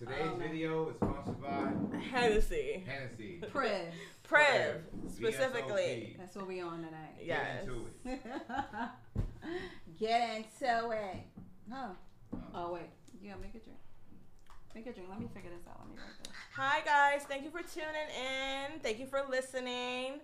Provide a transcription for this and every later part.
Today's Um, video is sponsored by Hennessy. Hennessy. Prev. Prev, specifically. That's what we on tonight. Yes. into it. Get into it. Huh? Uh, Oh wait. You gotta make a drink. Make a drink. Let me figure this out. Let me write this. Hi guys, thank you for tuning in. Thank you for listening.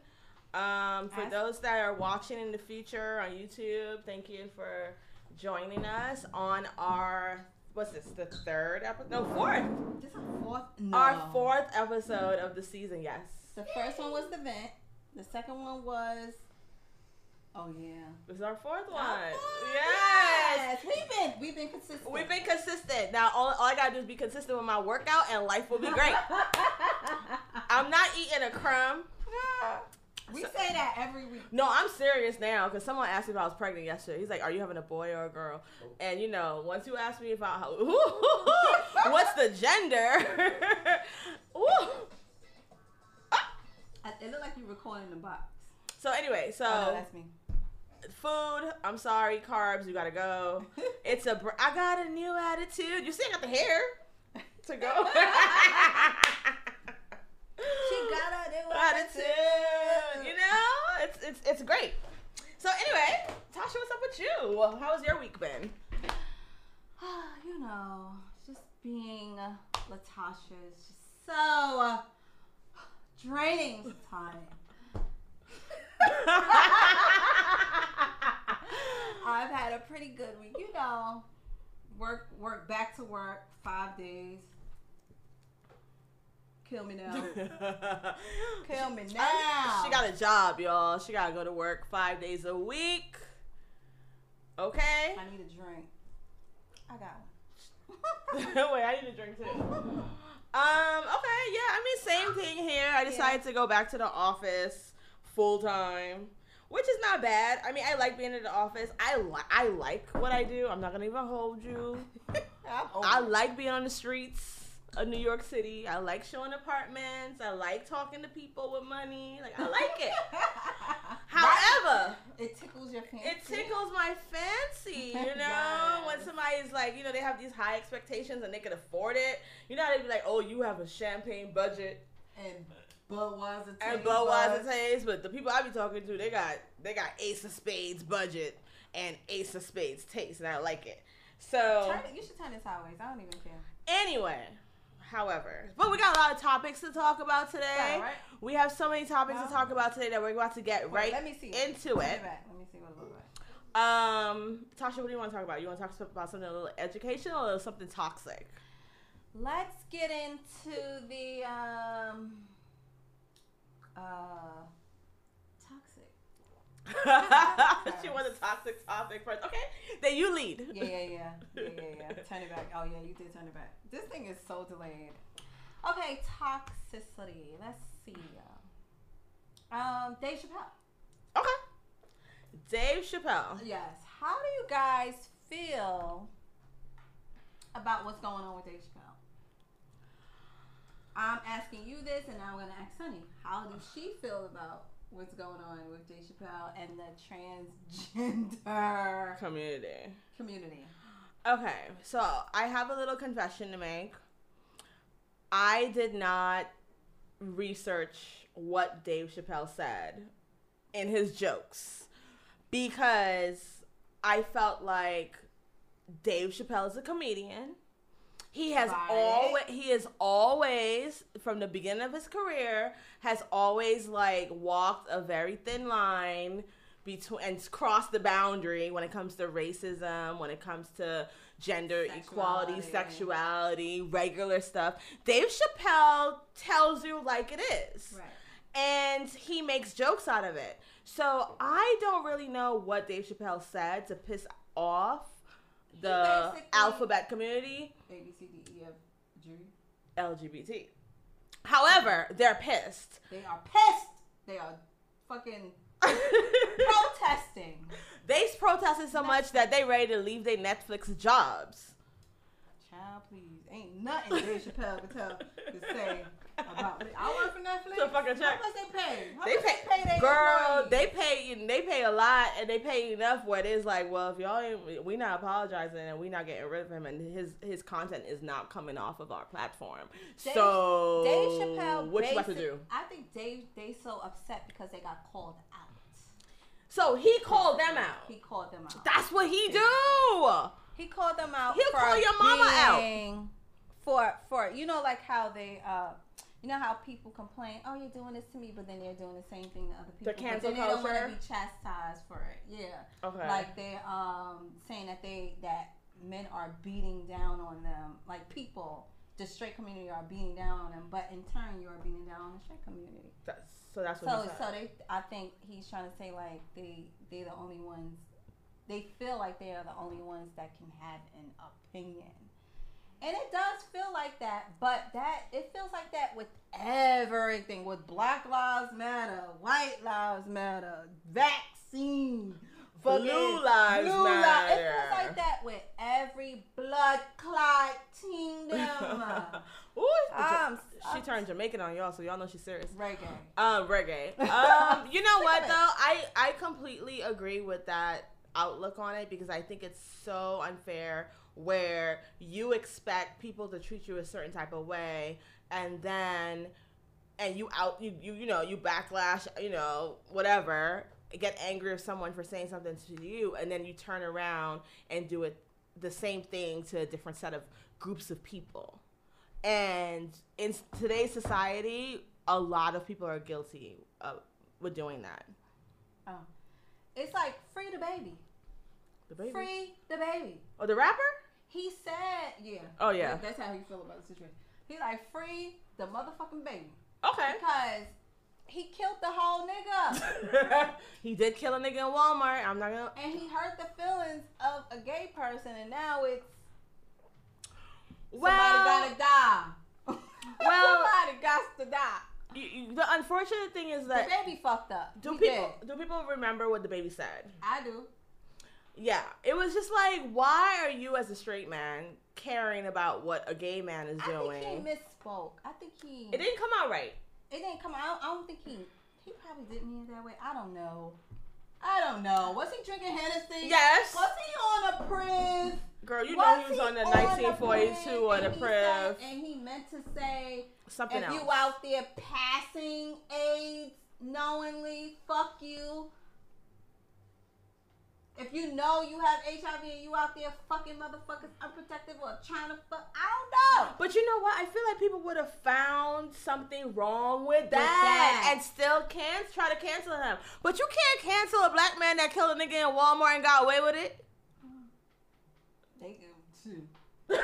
Um, for Ask- those that are watching in the future on YouTube, thank you for joining us on our what's this? The third episode? No, fourth. This is our fourth. No. Our fourth episode of the season. Yes. The first one was the vent. The second one was. Oh yeah. This is our fourth one. Oh, Yes. yes. We've been we've been consistent. We've been consistent. Now all, all I gotta do is be consistent with my workout, and life will be great. I'm not eating a crumb. we say that every week. No, I'm serious now because someone asked me if I was pregnant yesterday. He's like, "Are you having a boy or a girl?" And you know, once you ask me if I, what's the gender? Ooh. Ah. I- It looked like you were recording the box. So anyway, so Oh, no, that's me. food. I'm sorry, carbs. You gotta go. It's a. Br- I got a new attitude. You see, I got the hair to go. She got her new attitude. attitude. You know, it's it's it's great. So anyway, Tasha, what's up with you? Well, how's your week been? you know, just being uh, Latasha is just so uh, draining sometimes. I've had a pretty good week, you know. Work, work, back to work, five days. Kill me now. Kill me now. She got a job, y'all. She gotta go to work five days a week. Okay. I need a drink. I got one. Wait, I need a drink too. Um. Okay. Yeah. I mean, same thing here. I decided to go back to the office full time, which is not bad. I mean, I like being in the office. I li- I like what I do. I'm not gonna even hold you. I'm over I it. like being on the streets of New York City. I like showing apartments. I like talking to people with money. Like I like it. However, it tickles your fancy. it tickles my fancy, you know? Yes. When somebody's like, you know, they have these high expectations and they can afford it. You know how they be like, oh, you have a champagne budget And Budweiser. and taste Budweiser buds. taste, but the people I be talking to, they got they got ace of spades budget and ace of spades taste, and I like it. So Turn it- you should turn it sideways. I don't even care. anyway, however, but we got a lot of topics to talk about today. Yeah, right? We have so many topics to Wow. talk about today that we're about to get Wait, right Let me see. into Let me it. back. Let me see what it looks like. Um, Tasha, what do you want to talk about? You want to talk about something a little educational or something toxic? Let's get into the um uh toxic. she wants a toxic topic first. Okay, then you lead. Yeah, yeah, yeah, yeah, yeah, yeah. Turn it back. Oh yeah, you did turn it back. This thing is so delayed. Okay, toxicity. Let's see. Um, Dave Chappelle. Okay. Dave Chappelle. Yes. How do you guys feel about what's going on with Dave Chappelle? I'm asking you this, and now I'm going to ask Sunny. How does she feel about what's going on with Dave Chappelle and the transgender Community. community? Okay, so I have a little confession to make. I did not research what Dave Chappelle said in his jokes because I felt like Dave Chappelle is a comedian. He has Right. always he is always from the beginning of his career has always like walked a very thin line between and crossed the boundary when it comes to racism, when it comes to gender equality, Sexuality. sexuality, regular stuff. Dave Chappelle tells you like it is Right. and he makes jokes out of it. So I don't really know what Dave Chappelle said to piss off the basically- alphabet community A, B, C, D, E, F, G. LGBT. However, they're pissed. They are pissed. They are fucking protesting. they protested so much that they ready to leave their Netflix jobs. Child, please. Ain't nothing Dave Chappelle could tell to say about it. I work for Netflix. So fucking check. How much they pay? How They much pay, their girl. employees? They pay, they pay a lot, and they pay enough where it is like, well, if y'all ain't, we not apologizing and we not getting rid of him, and his his content is not coming off of our platform. Dave- so Dave Chappelle. what you about to basic- do? I think Dave they so upset because they got called out. So he called them out. He called them out. That's what he do. He called them out. He'll for call your mama out. being- for for you know like how they uh you know how people complain, oh you're doing this to me, but then they're doing the same thing to other people. The cancel but then They don't culture? want to be chastised for it. Yeah, Okay. like they're um saying that they that men are beating down on them, like people. The straight community are beating down on them, but in turn you are beating down on the straight community. That's, so that's what So, he said. so they, I think he's trying to say like they, they're the only ones. They feel like they are the only ones that can have an opinion, and it does feel like that. But that it feels like that with everything, with Black Lives Matter, White Lives Matter, vaccine, Blue fucking- lives blue li- It feels matter. like that with every blood clot kingdom. Ooh, it's the Ja- Um, she turned Jamaican on y'all, so y'all know she's serious. reggae. Um, reggae. Um, you know what Damn it. though? I I completely agree with that outlook on it because I think it's so unfair where you expect people to treat you a certain type of way and then and you out you you, you know you backlash you know whatever get angry with someone for saying something to you and then you turn around and do it the same thing to a different set of groups of people and in s- today's society a lot of people are guilty of, with doing that Oh. It's like free the baby. the baby Free the baby. oh the rapper He said, yeah. Oh, yeah. That's how he feel about the situation. He like free the motherfucking baby okay because he killed the whole nigga he did kill a nigga in walmart i'm not gonna and he hurt the feelings of a gay person and now it's somebody gotta die. well- somebody got to die. you, you- the unfortunate thing is that the baby fucked up. do He people did. do people remember what the baby said I do. Yeah, it was just like, why are you as a straight man caring about what a gay man is I think he doing? misspoke. I think he. It didn't come out right. It didn't come out. I don't think he. He probably didn't mean it that way. I don't know. I don't know. Was he drinking Hennessy? Yes, Was he on a priv? girl, you Was know he was on the priv 1942 on and the he said- Priv, And he meant to say, something if else. you out there passing AIDS knowingly, fuck you. If you know you have HIV and you out there fucking motherfuckers unprotected or trying to fuck, I don't know. But you know what? I feel like people would have found something wrong with that, that. and still can try to cancel him. But you can't cancel a black man that killed a nigga in Walmart and got away with it. They do too.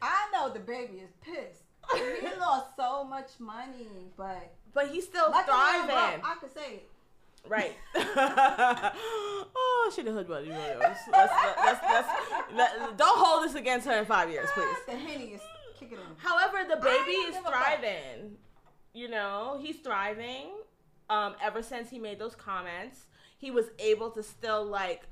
I know the baby is pissed. he lost so much money, but but he's still like I'm broke, thriving. I could say it. Right. oh, she the hood buddy Williams. Let's, let's, let's, let- don't hold this against her in five years, please. The henny is kicking in. However, the baby don't is give a fuck. thriving. You know, he's thriving. Um, ever since he made those comments, he was able to still like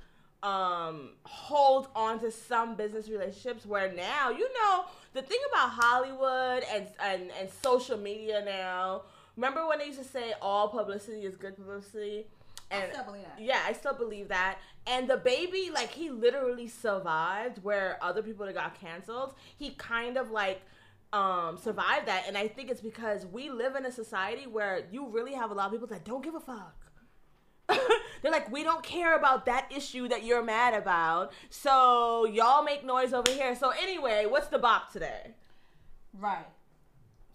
um hold on to some business relationships where now you know the thing about Hollywood and and, and social media now. Remember when they used to say all publicity is good publicity? I And still believe that. yeah, I still believe that. And the baby, like, he literally survived where other people that got canceled, he kind of like um survived that. And I think it's because we live in a society where you really have a lot of people that don't give a fuck. They're like, we don't care about that issue that you're mad about. So y'all make noise over here. So anyway, what's the bop today? Right.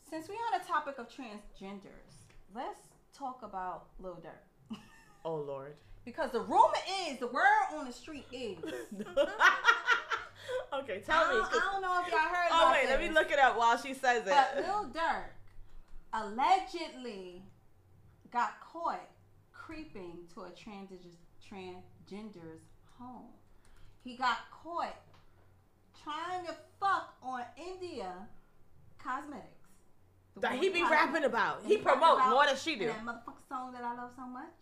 Since we're on the topic of transgenders, let's talk about Lil Durk. Oh Lord. because the rumor is, the word on the street is. okay, tell I, me. don't, 'cause- I don't know if y'all heard Oh about wait, let me this, look it up while she says it. But Lil Durk allegedly got caught creeping to a transgender transgender's home. He got caught trying to fuck on India Cosmetics. The that one he be cosmetic- rapping about. that He rapping promote about more than she in do. That motherfucking song that I love so much.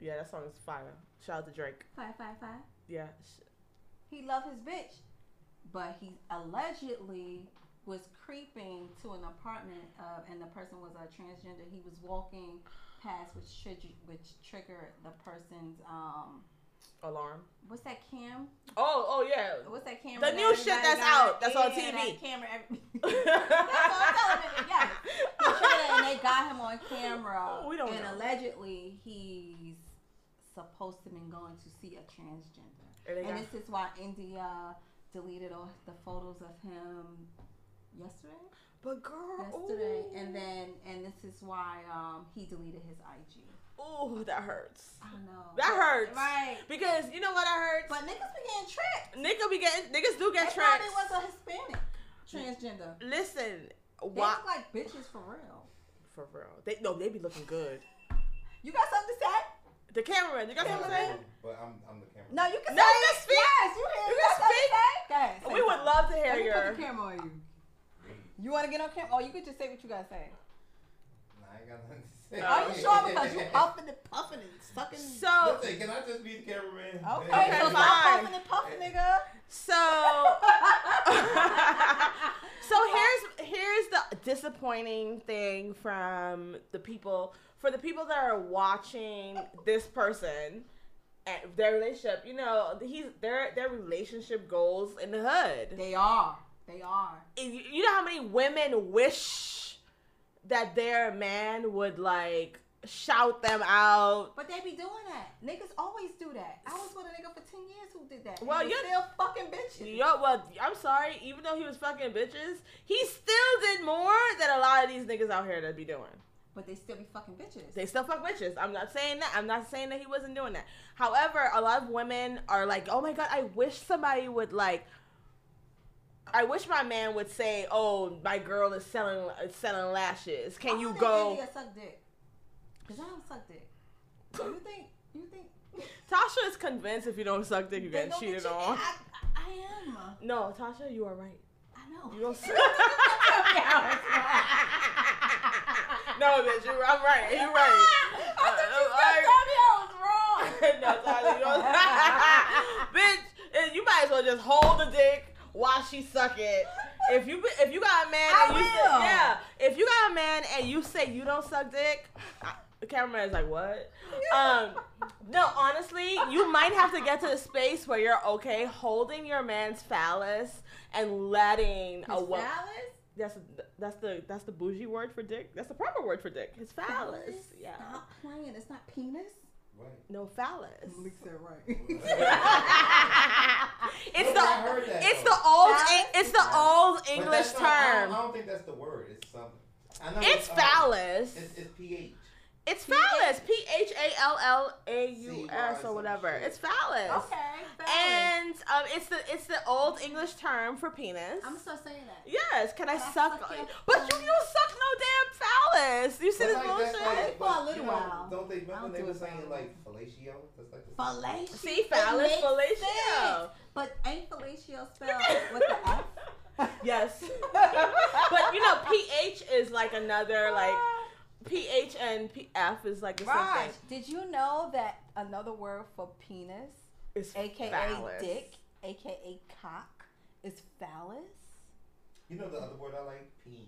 Yeah, that song is fire. Shout out to Drake. Five five five. Yeah. sh- He loved his bitch, but he allegedly was creeping to an apartment, uh, and the person was a transgender. He was walking past, which triggered, which triggered the person's um, Alarm. what's that cam? Oh, oh yeah. What's that camera? that The new shit everybody that's got? out, that's on Yeah, TV. That camera. Every- that's on television. Yeah. He triggered it, and they got him on camera. We don't and know. allegedly, he's supposed to been going to see a transgender. Or they got- And this is why India deleted all the photos of him yesterday. But girl, Yesterday, Uh, ooh. and then and this is why um he deleted his IG. ooh, that hurts. I know That hurts. right? Because you know what that hurts. But niggas be getting tricked. nigga be getting niggas do That get tricked. probably was a Hispanic transgender. Listen, They why? look like bitches for real. For real, they no, they be looking good. You got something to say? The cameraman, you got what I'm saying? But I'm, I'm the camera. No, you can No, say. you speak. Yes, you, You you can got something to say? Go ahead, say We would something. love to hear Let me put the your. camera on you. You want to get on camera? Or you could just say what you got to say. Nah, I ain't got nothing to say. Are you sure? Because you puffing and puffing and sucking. So, Listen, can I just be the cameraman? Okay, Okay, so stop fine. puffing and puffing, nigga. so, so here's here's the disappointing thing from the people for the people that are watching this person and their relationship. You know, he's their their relationship goals in the hood. They are. They are. if you you know how many women wish that their man would like shout them out. But they be doing that. Niggas always do that. I was with a nigga for 10 years who did that. Well, Well, you're you- still fucking bitches. Yo, well, I'm sorry. Even though he was fucking bitches, he still did more than a lot of these niggas out here that be doing. But they still be fucking bitches. They still fuck bitches. I'm not saying that. I'm not saying that he wasn't doing that. However, a lot of women are like, "Oh my god, I wish somebody would like." I wish my man would say, "Oh, my girl is selling is selling lashes. Can you go?" Nigga suck dick. Cause I don't suck dick. You think? You think? Tasha is convinced if you don't suck dick, you they get don't cheated cheated- on. I, I am. No, Tasha, you are right. I know. You don't suck. no, no, bitch, you, I'm right. You're right. I thought you just Uh, told me I was wrong. no, Tasha, you don't. bitch, eh, you might as well just hold the dick while she suck it. If you if you got a man I and you will. say, yeah, if you got a man and you say you don't suck dick, I, the cameraman is like, what? Um, no, honestly, you might have to get to the space where you're okay holding your man's phallus and letting a His woman. phallus? That's that's the that's the bougie word for dick. That's the proper word for dick. It's phallus. Yeah. Stop playing. It's not penis. What? No phallus. that right. it's Look, I heard the that, it's though. the old Phallus? Eng- it's the old But English that's not- I don't- I term. don't think that's the word. It's something. I know It's uh, phallus. It's, it's pH. It's phallus. P H A L L A U S C-Y or some whatever. shit. It's phallus. okay. Phallus. And um, it's the it's the old English term for penis. I'm still saying that. Yes, can I Can I suck? suck your- but you, you don't suck no damn phallus. You see But this like, that's bullshit? like- For a but, little you know, while. Don't they I remember don't they do were it for a saying while. like fellatio? That's like the Fellatio. See, phallus, It makes fellatio. sense. But ain't fellatio spelled with the F? Yes. but you know, pH is like another like pH and PF is like the same Right. thing. Did you know that another word for penis, It's aka phallus. dick, aka cock, is phallus? You know the other word I like? Peen.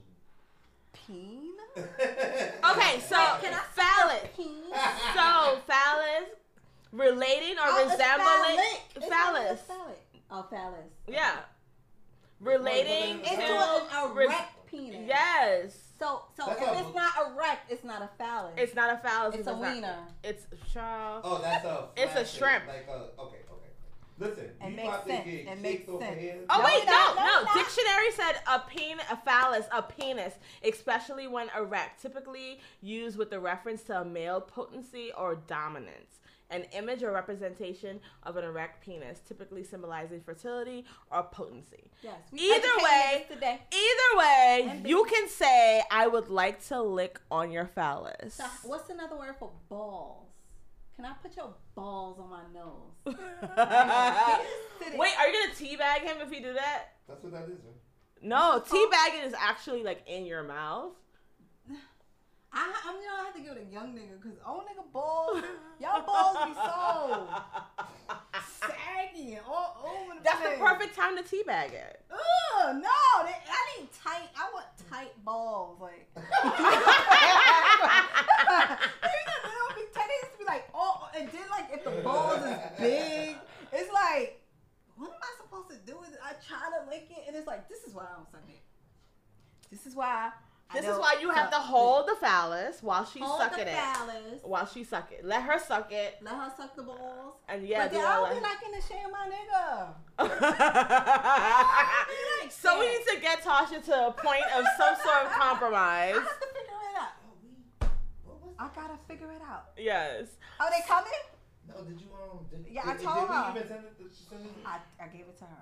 Peen? Okay, so Can I phallus. Peen? So phallus relating or Oh, it's resembling phallic. It's not even phallus. phallic. Oh, phallus. Yeah. Relating It's to It's an res- erect penis. Yes. So, so That's if a- it's not erect, it's not a phallus. It's not a phallus. It's if a not- wiener. It's child. Oh, that's a. It's a flaccid, shrimp. Like a okay, okay. Listen, It you makes about to sense. get It kicked makes over sense. here. Oh No, wait, it's no, not. no. No, it's not. Dictionary said a pen, a phallus, a penis, especially when erect, typically used with the reference to a male potency or dominance. An image or representation of an erect penis, typically symbolizing fertility or potency. yes. Either educating way- niggas today. Either way, And you can say, "I would like to lick on your phallus." So, what's another word for balls? Can I put your balls on my nose? wait, are you gonna teabag him if you do that? That's what that is. Right? No, What's it called? teabagging is actually like in your mouth. I, I'm, you know, I have to give it a young nigga because old nigga balls, y'all balls be so saggy and all over the That's place. the perfect time to teabag it. Ugh, don't know. They, I need tight. I want tight balls. Like you know, they don't be tight. They just be like, oh, and then like if the balls is big, it's like, what am I supposed to do with it? I try to lick it, and it's like, this is why I don't suck it. This is why. I This is don't why you have to suck hold the phallus while dick. she's Hold sucking the it. phallus. While she suck it, let her suck it, Let her suck the balls. and yeah. but then do I all don't be that. like in the shame my nigga. like so we that. need to get Tasha to a point of some sort of I compromise. have to figure it out. Oh, we- what was I gotta figure it out. Yes. Are they coming? No, did you um? Did, Yeah, did, I told did her. We even send it, did she send it? I, I gave it to her.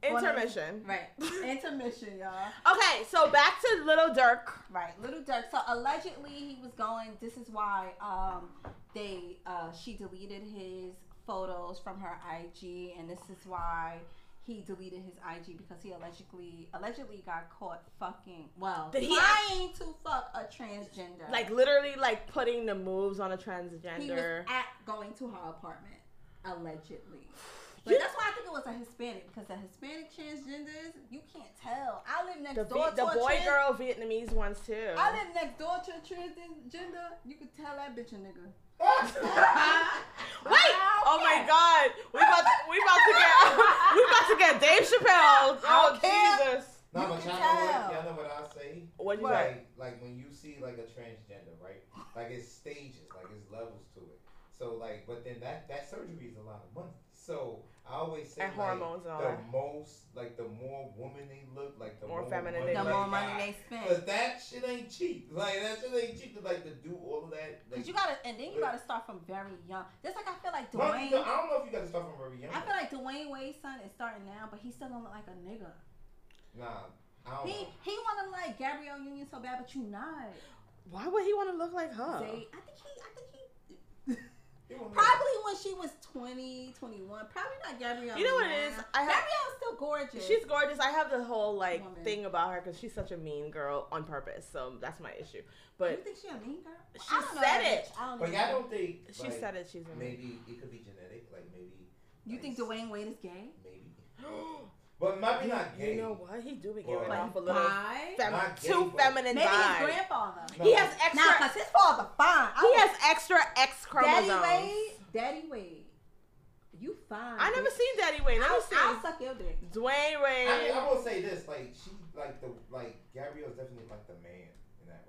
Well, no. Intermission. Right. Intermission, y'all. Okay, so back to Little Dirk. Right. Little Dirk. So allegedly he was going. This is why um they uh she deleted his photos from her IG, and this is why he deleted his IG because he allegedly allegedly got caught fucking well Did he trying to fuck a transgender. Like literally like putting the moves on a he was transgender. at going to her apartment allegedly. But You- that's why I think it was a Hispanic because the Hispanic transgenders, you can't tell. I live next The, door Vi- to the a boy trans- girl Vietnamese ones too. I live next door to a transgender. You could tell that bitch a nigga. Wait! Oh my god. We about to, we about to get we about to get Dave Chappelle. Oh care. Jesus. No, You but can y'all know tell. what y'all know what I say. What'd you What? say? Like, like when you see like a transgender, right? Like it's stages, like it's levels to it. So like, but then that that surgery is a lot of money. So I always say And like, hormones and all Uh, the that. most, like the more woman they look, like the More more feminine money they The look. more money they Cause spend. that shit ain't cheap. Like that shit ain't cheap to like to do all of that. Like, Cause you gotta, and then you gotta start from very young. Just like I feel like Well, you know, Dwayne, I don't know if you got to start from very young. I feel like Dwayne Wade's son is starting now, but he still don't look like a nigga. nah, I don't. He know. he wanna look like Gabrielle Union so bad, but you not. Why would he want to look like her? Zay, I think he, I think he. You don't know. Probably when she was 20, 21. Probably not Gabrielle. You know what it Union. is? I have- Gabrielle's still gorgeous. She's gorgeous. I have the whole like Woman. thing about her because she's such a mean girl on purpose. So that's my issue. you But think she a mean girl? She I don't know said that it. bitch. I don't But know. y'all don't think she like, said it. She's a mean. Maybe it could be genetic. Like maybe. You think like, Dwayne Wade is gay? Maybe. But it might be not gay. You know what? He do be Or- giving Like, off a little Why? fem- Not gay, too but- feminine Maybe his vibe. grandfather. No. He has Now, extra. cause his father fine. I he was- has extra X chromosomes. Daddy Wade. Daddy Wade. You fine. I never bitch. seen Daddy Wade. Never I'll, seen I'll suck your dick. Dwayne Wade. I mean, I will say this. Like she, like the like Gabrielle's definitely like the man in that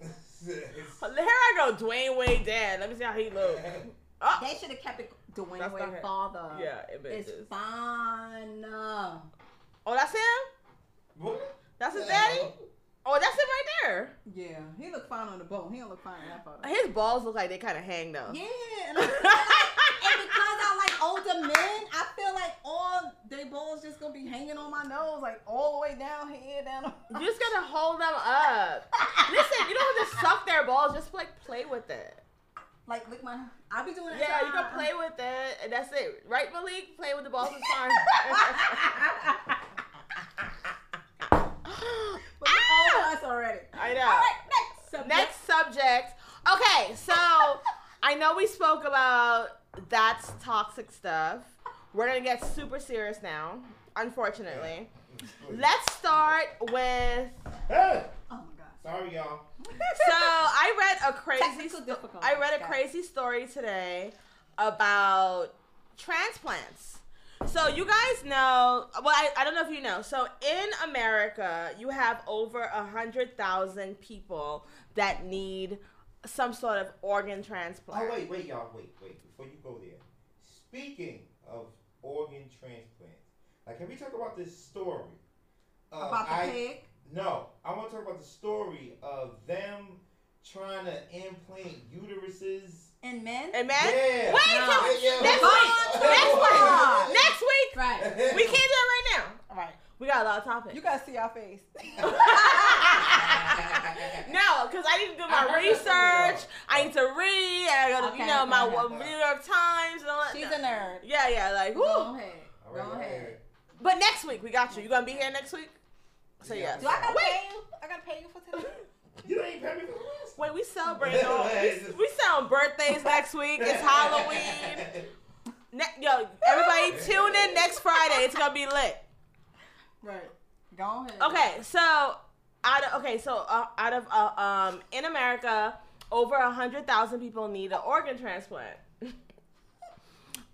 relationship. Here I go, Dwayne Wade dad. Let me see how he look. Oh, They should have kept it Dwayne That's not Wade her. father. yeah, it It's bitches. fine. Oh, that's him. What? That's his daddy. Oh, that's him right there. Yeah, he look fine on the boat. He don't look fine in that photo. His balls look like they kind of hang though. Yeah, and, I feel like, and because I like older men, I feel like all they balls just gonna be hanging on my nose, like all the way down here, down. You just gotta hold them up. Listen, you don't have to suck their balls. Just like play with it. like lick my. I be doing that. Yeah, you can can play with it, and that's it. Right, Malik? Play with the balls is fine. But look, all of us already. I know. All right, next Oh subject. Ah! Next subject. Okay, so I know we spoke about that's toxic stuff. We're gonna get super serious now, unfortunately. Let's start with. Hey, Oh my god. sorry, y'all. Oh, So I read a crazy Technical difficulty. I read a crazy story today about transplants. So you guys know, well, I, I don't know if you know. So in America, you have over a hundred thousand people that need some sort of organ transplant. Oh wait, wait, y'all, wait, wait. Before you go there, speaking of organ transplants, like, can we talk about this story? Uh, About the I, pig. No, I want to talk about the story of them trying to implant uteruses. And men. And man, Yeah. wait, can we- Yeah, yeah, next yeah. week, next Yeah. week, next week. right. We can't do it right now. All right. We got a lot of topics. You gotta see our face. No, because I need to do I my heard that's research. I need to read. I gotta, Okay, you know, my okay, okay. New York Times and all that. She's a nerd. yeah, yeah, like, woo. Go ahead. All Go right, all ahead. right. But next week, we got you. You gonna be here next week? So, Yeah. yeah. Do I gotta Wait. pay you? I gotta pay you for today. You don't even pay me for the last. Wait, we celebrate all. We, we sound birthdays next week. It's Halloween. Ne- yo, everybody tune in next Friday. It's gonna be lit. Right. Go ahead. Okay, so out of, okay, so uh, out of uh, um in America, over a hundred thousand people need an organ transplant.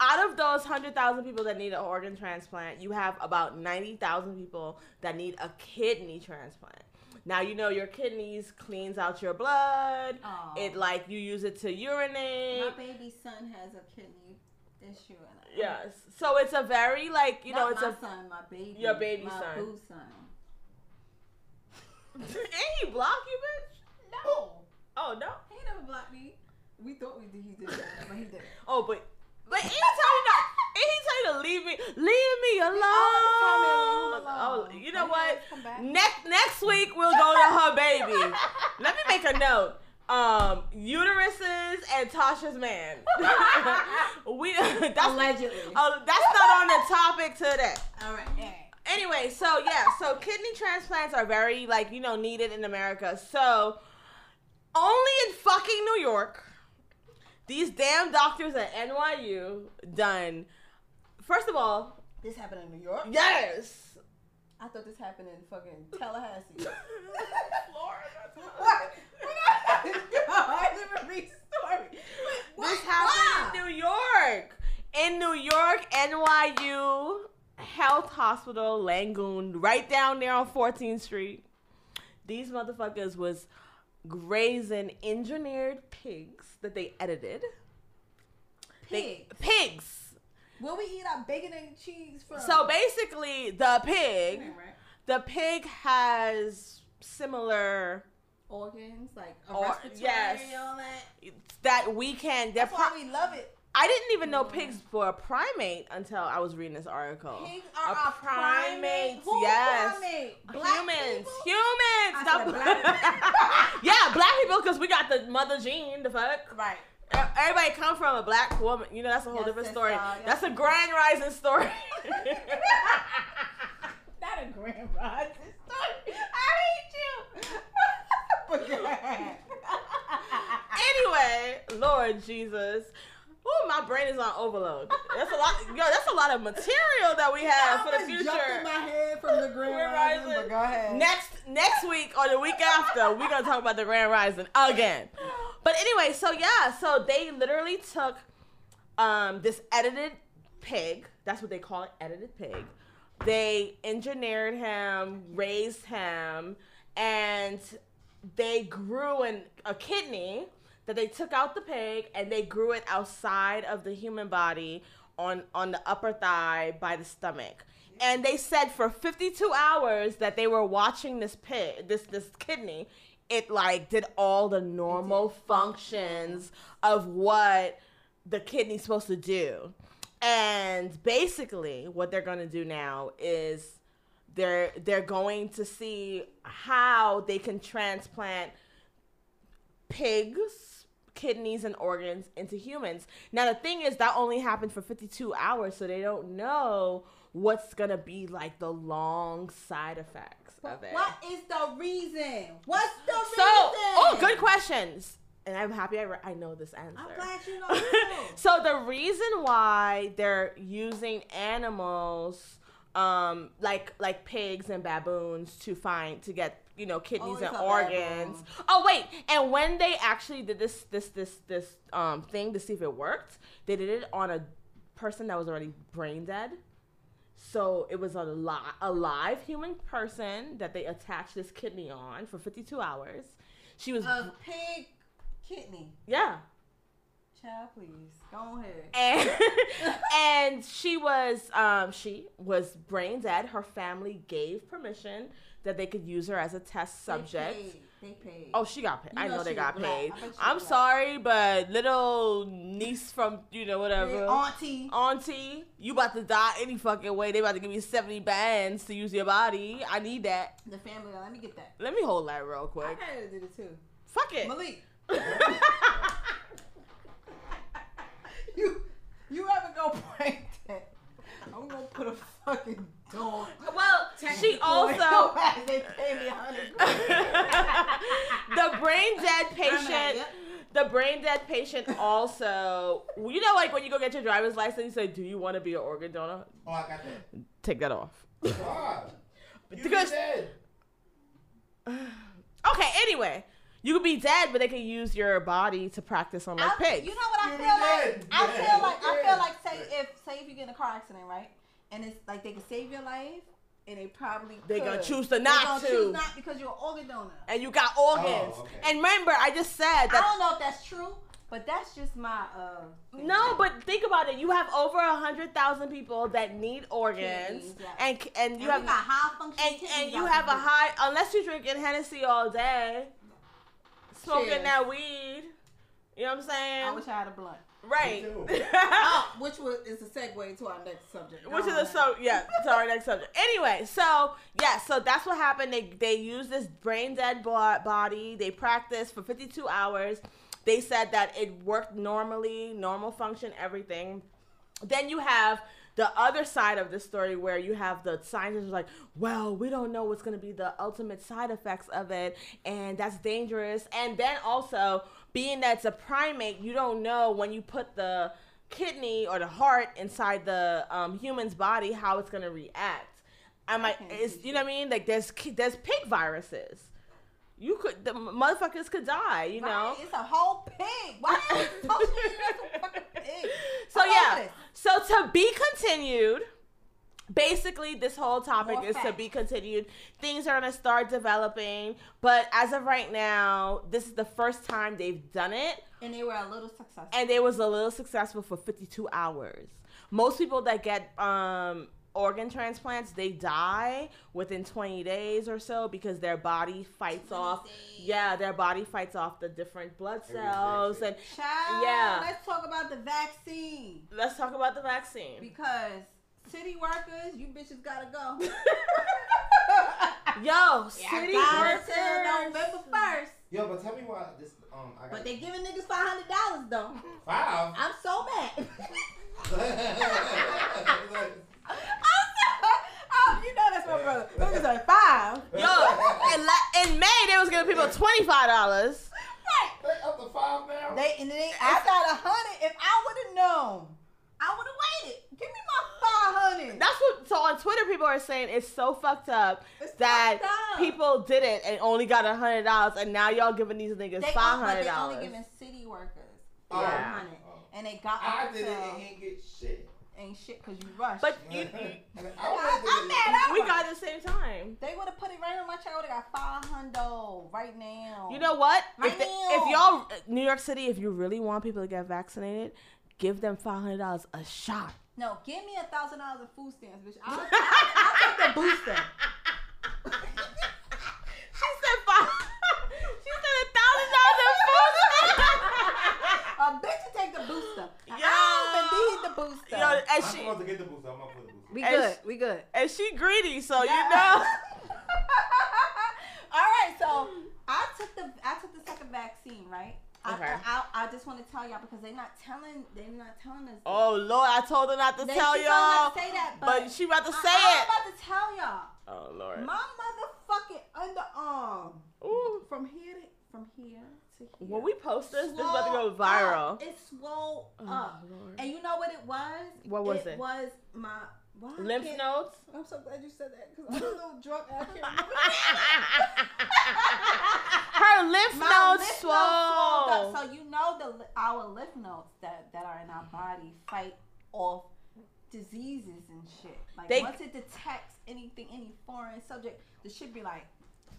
out of those hundred thousand people that need an organ transplant, you have about ninety thousand people that need a kidney transplant. Now you know your kidneys cleans out your blood. Aw. It like you use it to urinate. My baby son has a kidney issue. And I- Yes. So it's a very like you Not know it's my a son, my baby, Your baby my son. boo son. Ain't he block you, bitch? No, Oh no. he never blocked me. We thought we did. He did, that, but he didn't. Oh, but but anytime you know, anytime you leave me, leave me alone. Oh, you know what? Next next week we'll go to her baby. Let me make a note. Um, uteruses and Tasha's man. we that's Allegedly. oh, that's not on the topic today. All right. anyway, so yeah, so kidney transplants are very like you know needed in America. So only in fucking New York, these damn doctors at NYU done. First of all, This happened in New York. yes. I thought this happened in fucking Tallahassee. Florida. I never read story. Wait, what? This happened in New York. In New York, NYU Health Hospital, Langoon, right down there on 14th Street. These motherfuckers was grazing engineered pigs that they edited. They- Pig. pigs. Where we eat our bacon and cheese from? So basically, the pig, Right. the pig has similar Organs like a Or- respiratory yes. and all that. that we can. They're That's pro- why we love it. I didn't even know pigs were a primate until I was reading this article. Pigs are Oh. A our primate, primates. Who yes. primate? humans, people? I humans. Stop. said black. yeah, black people, because we got the mother gene. The fuck, Right. E- everybody come from a black woman. You know that's a whole Yes, different sister. story. Yes, That's a sister. grand rising story. Not a grand rise. It's sorry. I hate you. but anyway, Lord Jesus. Oh, my brain is on overload. That's a lot. Yo, that's a lot of material that we have for the future. my head from the grand Grand rising, rising. but go ahead. next next week or the week after, we're gonna talk about the Grand Rising again. But anyway, so yeah, so they literally took um, this edited pig. That's what they call it, edited pig. They engineered him, raised him, and they grew an, a kidney that they took out the pig and they grew it outside of the human body on on the upper thigh by the stomach. And they said for 52 hours that they were watching this pig, this this kidney, it like did all the normal functions of what the kidney's supposed to do. And basically what they're going to do now is they're they're going to see how they can transplant pigs kidneys and organs into humans now the thing is that only happened for 52 hours so they don't know what's gonna be like the long side effects of it What is the reason? What's the reason? so oh good questions and i'm happy i, re- I know this answer I'm glad you know too. so the reason why they're using animals um like like pigs and baboons to find to get you know kidneys Always and a organs baboon. oh wait and when they actually did this this this this um thing to see if it worked they did it on a person that was already brain dead so it was a li- a live human person that they attached this kidney on for 52 hours she was A pig kidney. yeah Child, please. Go ahead. and and she was um she was brain dead. Her family gave permission that they could use her as a test subject. They paid. They paid. Oh, she got paid. You I know know, they she got was black. paid. I bet she was I'm black. sorry, but little niece from you know Big whatever auntie. auntie, you about to die any fucking way. They about to give you 70 bands to use your body. I need that. The family. Let me get that. Let me hold that real I quick. kind of did it too. Fuck it. Malik. you you ever go prank that? I'm gonna put a fucking dog. well, she also they pay me a hundred grand. the brain dead I'm patient. like, The brain dead patient also. You know, like when you go get your driver's license, you say, "Do you want to be an organ donor?" Oh, I got that. Take that off. God. You because dead. okay. Anyway, you could be dead, but they could use your body to practice on like I- pigs. You know what I You're feel like? dead. I Dead. feel like I Dead. feel like say if say if you get in a car accident, right? And it's like they can save your life, and they probably They could. gonna choose to They not gonna to. choose not because you're an organ donor. and you got organs. okay. And remember, I just said I that. don't know if that's true, but that's just my uh. thing. No, but think about it. You have over a hundred thousand people that need organs, Kidneys, yeah. and and And you we have got high functioning and, and you have a high unless you're drinking Hennessy all day, smoking Cheers. that weed. You know what I'm saying? I wish I had a blunt. right. Me too. Oh, which was, is a segue to our next subject. Which is Go a on. so yeah. So our next subject. Anyway, so yeah, so that's what happened. They they used this brain dead bo- body. They practiced for 52 hours. They said that it worked normally, normal function, everything. Then you have the other side of the story where you have the scientists like, well, we don't know what's going to be the ultimate side effects of it, and that's dangerous. And then also, being that it's a primate, you don't know when you put the kidney or the heart inside the um, human's body how it's going to react. I'm like, Okay, it's, you know what I mean? Like, there's ki- there's pig viruses. You could, the motherfuckers could die, you know? Right? It's a whole pig. Why are you supposed to eat a fucking pig? So I'm over yeah. this. So to be continued. Basically, this whole topic More is to facts. be continued. Things are gonna start developing, but as of right now, this is the first time they've done it, And they were a little successful. and they was a little successful for 52 hours. Most people that get um, organ transplants, they die within 20 days or so because their body fights off. Yeah, their body fights off the different blood Everything. cells, and Child, Yeah. Let's talk about the vaccine let's talk about the vaccine. because city workers, you bitches gotta go. Yo, Y'all city gotta workers. till November first. Yo, but tell me why this. Um, I got But they giving niggas five hundred dollars though. five. I'm so mad. I'm so, oh, you know that's my brother. Them niggas like five. Yo, in, la- in May they was giving people twenty five dollars. Right. They up to five now. They and they I thought a hundred. If I would have known, I would have waited. Give me my five hundred. That's what. So on Twitter, people are saying it's so fucked up It's that fucked up. people did it and only got a hundred dollars, and now y'all giving these niggas They five on- but hundred they only dollars. giving city workers Oh. five hundred, Oh. and they got I up did it till- and ain't get shit. ain't shit because you rushed. But I you, would've I'm did it. mad. we got it at the same time. they would have put it right on my check. I would have got five hundo right now. You know what? If, the, if Right y'all New York City, if you really want people to get vaccinated, give them five hundred dollars a shot. No, give me a thousand dollars in food stamps, bitch. I'll, I'll, I'll take the booster. She said five. she said a thousand dollars in food stamps. A bitch to take the booster. I Yo. don't even need the booster. Yo, and I'm she supposed to get the booster. I'm up for the booster. we and good. sh- we good. and she greedy, so Yeah. you know. All right, so I took the I took the second vaccine, right? I, Okay. I, I, just want to tell y'all because they're not telling they're not telling us. this. Oh Lord, I told her not to They- tell she told me not y'all, to say that, but, but she about to say I, it. am about to tell y'all. Oh Lord. My motherfucking underarm Ooh. from here to, from here to here. When we post this, this is about to swole go viral. Up. It swole Oh, up. Lord. And you know what it was? What was it? was my why I Lymph can't- nodes. I'm so glad you said that because I'm a little drunk. And I can't remember. Her lymph My nodes lymph swole. nodes swelled up. So you know the li- our lymph nodes that, that are in our body fight off diseases and shit. Like They- once it detects anything, any foreign subject, the shit be like,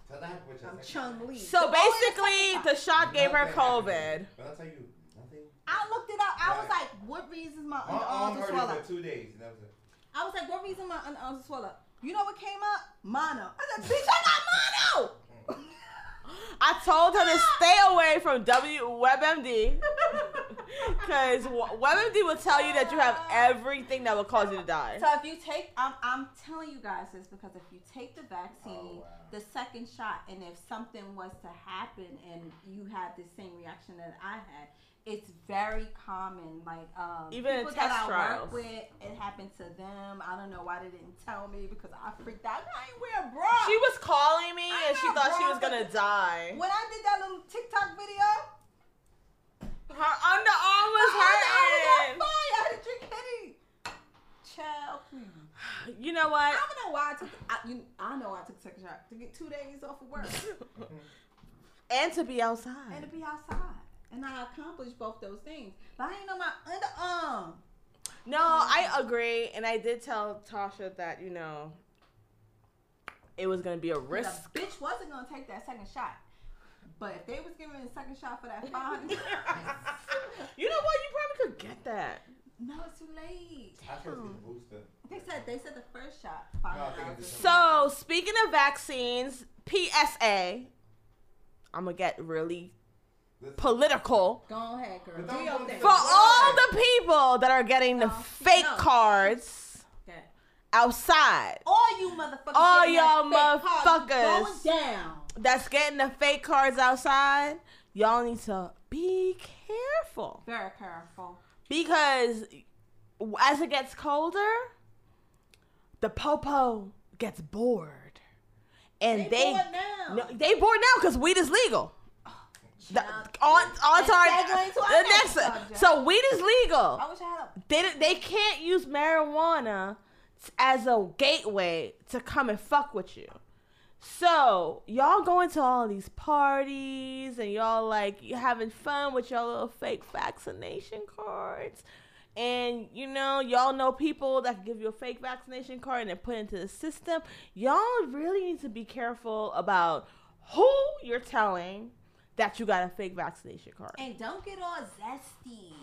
Tell that what I'm you're saying. Chung Lee. So The- oh, it's a basically, fucking the shot gave her Nothing COVID. happened. But I'll tell you, nothing. I looked it up. I was Right. like, what reasons my My arm underarms Uh, are hurt swell for up? two days. And that was it. I was like, what reason my underarms are swell up? You know what came up? Mono. I said, bitch, I got mono. I told her to stay away from W WebMD Hmm. because WebMD will tell you that you have everything that will cause you to die. So if you take, I'm, I'm telling you guys this because if you take the vaccine, Oh, wow. the second shot, and if something was to happen and you had the same reaction that I had, it's very common. Like um, Even in people test that I trials. work with, it happened to them. I don't know why they didn't tell me because I freaked out. I ain't wear a bra. She was calling me I and she know, thought she bro. was gonna die. when I did that little TikTok video. Her underarm I was was on hurting. fire. I had to drink Henny. Child, please. You know what? I don't know why I took. I, you, I know I took second shot to get two days off of work And to be outside. and to be outside, and I accomplished both those things. But I ain't know my um, underarm. No, I agree, and I did tell Tasha that you know it was gonna be a The risk. bitch wasn't gonna take that second shot. But if they was giving a second shot for that five, You know what? You probably could get that. no, it's too late. I supposed to Hmm. get the booster. They said they said the first shot. No, I Five think thousand. it's just- So speaking of vaccines, PSA. I'm gonna get really Listen, political. Go ahead, girl. But Do don't your go thing. to For all the people that are getting the No, fake no. cards Okay. outside, All you motherfuckers. All getting that y'all fake card, motherfuckers. Going down. that's getting the fake cards outside, y'all need to be careful Very careful. because as it gets colder, the popo gets bored, and they bored now. No, they bored now because weed is legal. The, Child, on on That's target. segueing to our The next next, subject. so weed is legal. I wish I had a. They don't- they can't use marijuana t- as a gateway to come and fuck with you. So y'all going to all these parties and y'all like you having fun with y'all little fake vaccination cards. And you know, y'all know people that give you a fake vaccination card and then put into the system. Y'all really need to be careful about who you're telling that you got a fake vaccination card. And don't get all zesty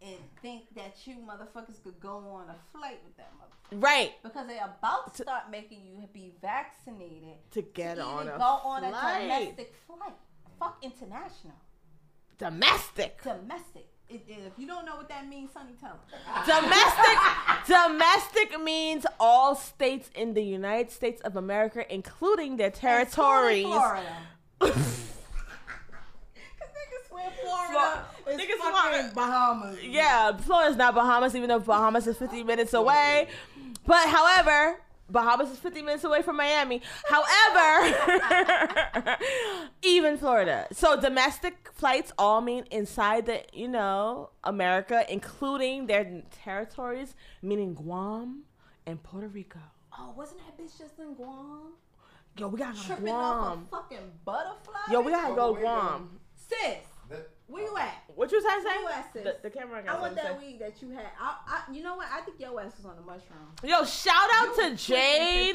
and think that you motherfuckers could go on a flight with that motherfucker. Right. Because they about to start making you be vaccinated To get to on even a go on flight. a domestic flight. Fuck international. domestic Domestic. It, it- if you don't know what that means, Sonny, tell 'em. domestic domestic means all states in the united states of america including their territories Excluding Florida. Cause niggas swear Florida Flo- is niggas fucking Florida- Bahamas. yeah florida's not bahamas even though bahamas is 50 minutes away but however bahamas is 50 minutes away from miami however even florida so domestic flights all mean inside the you know america including their territories meaning guam and puerto rico Oh, wasn't that bitch just in Guam? yo we gotta go to Tripping guam off a fucking butterfly? Yo, we gotta Oh, go wait, Guam. Sis, the- where you at? What you trying to Where you say? at, sis? The, the camera guy. I want was that saying. weed that you had. I, I, you know what? I think your ass was on the mushroom. Yo, shout out You to was Jade.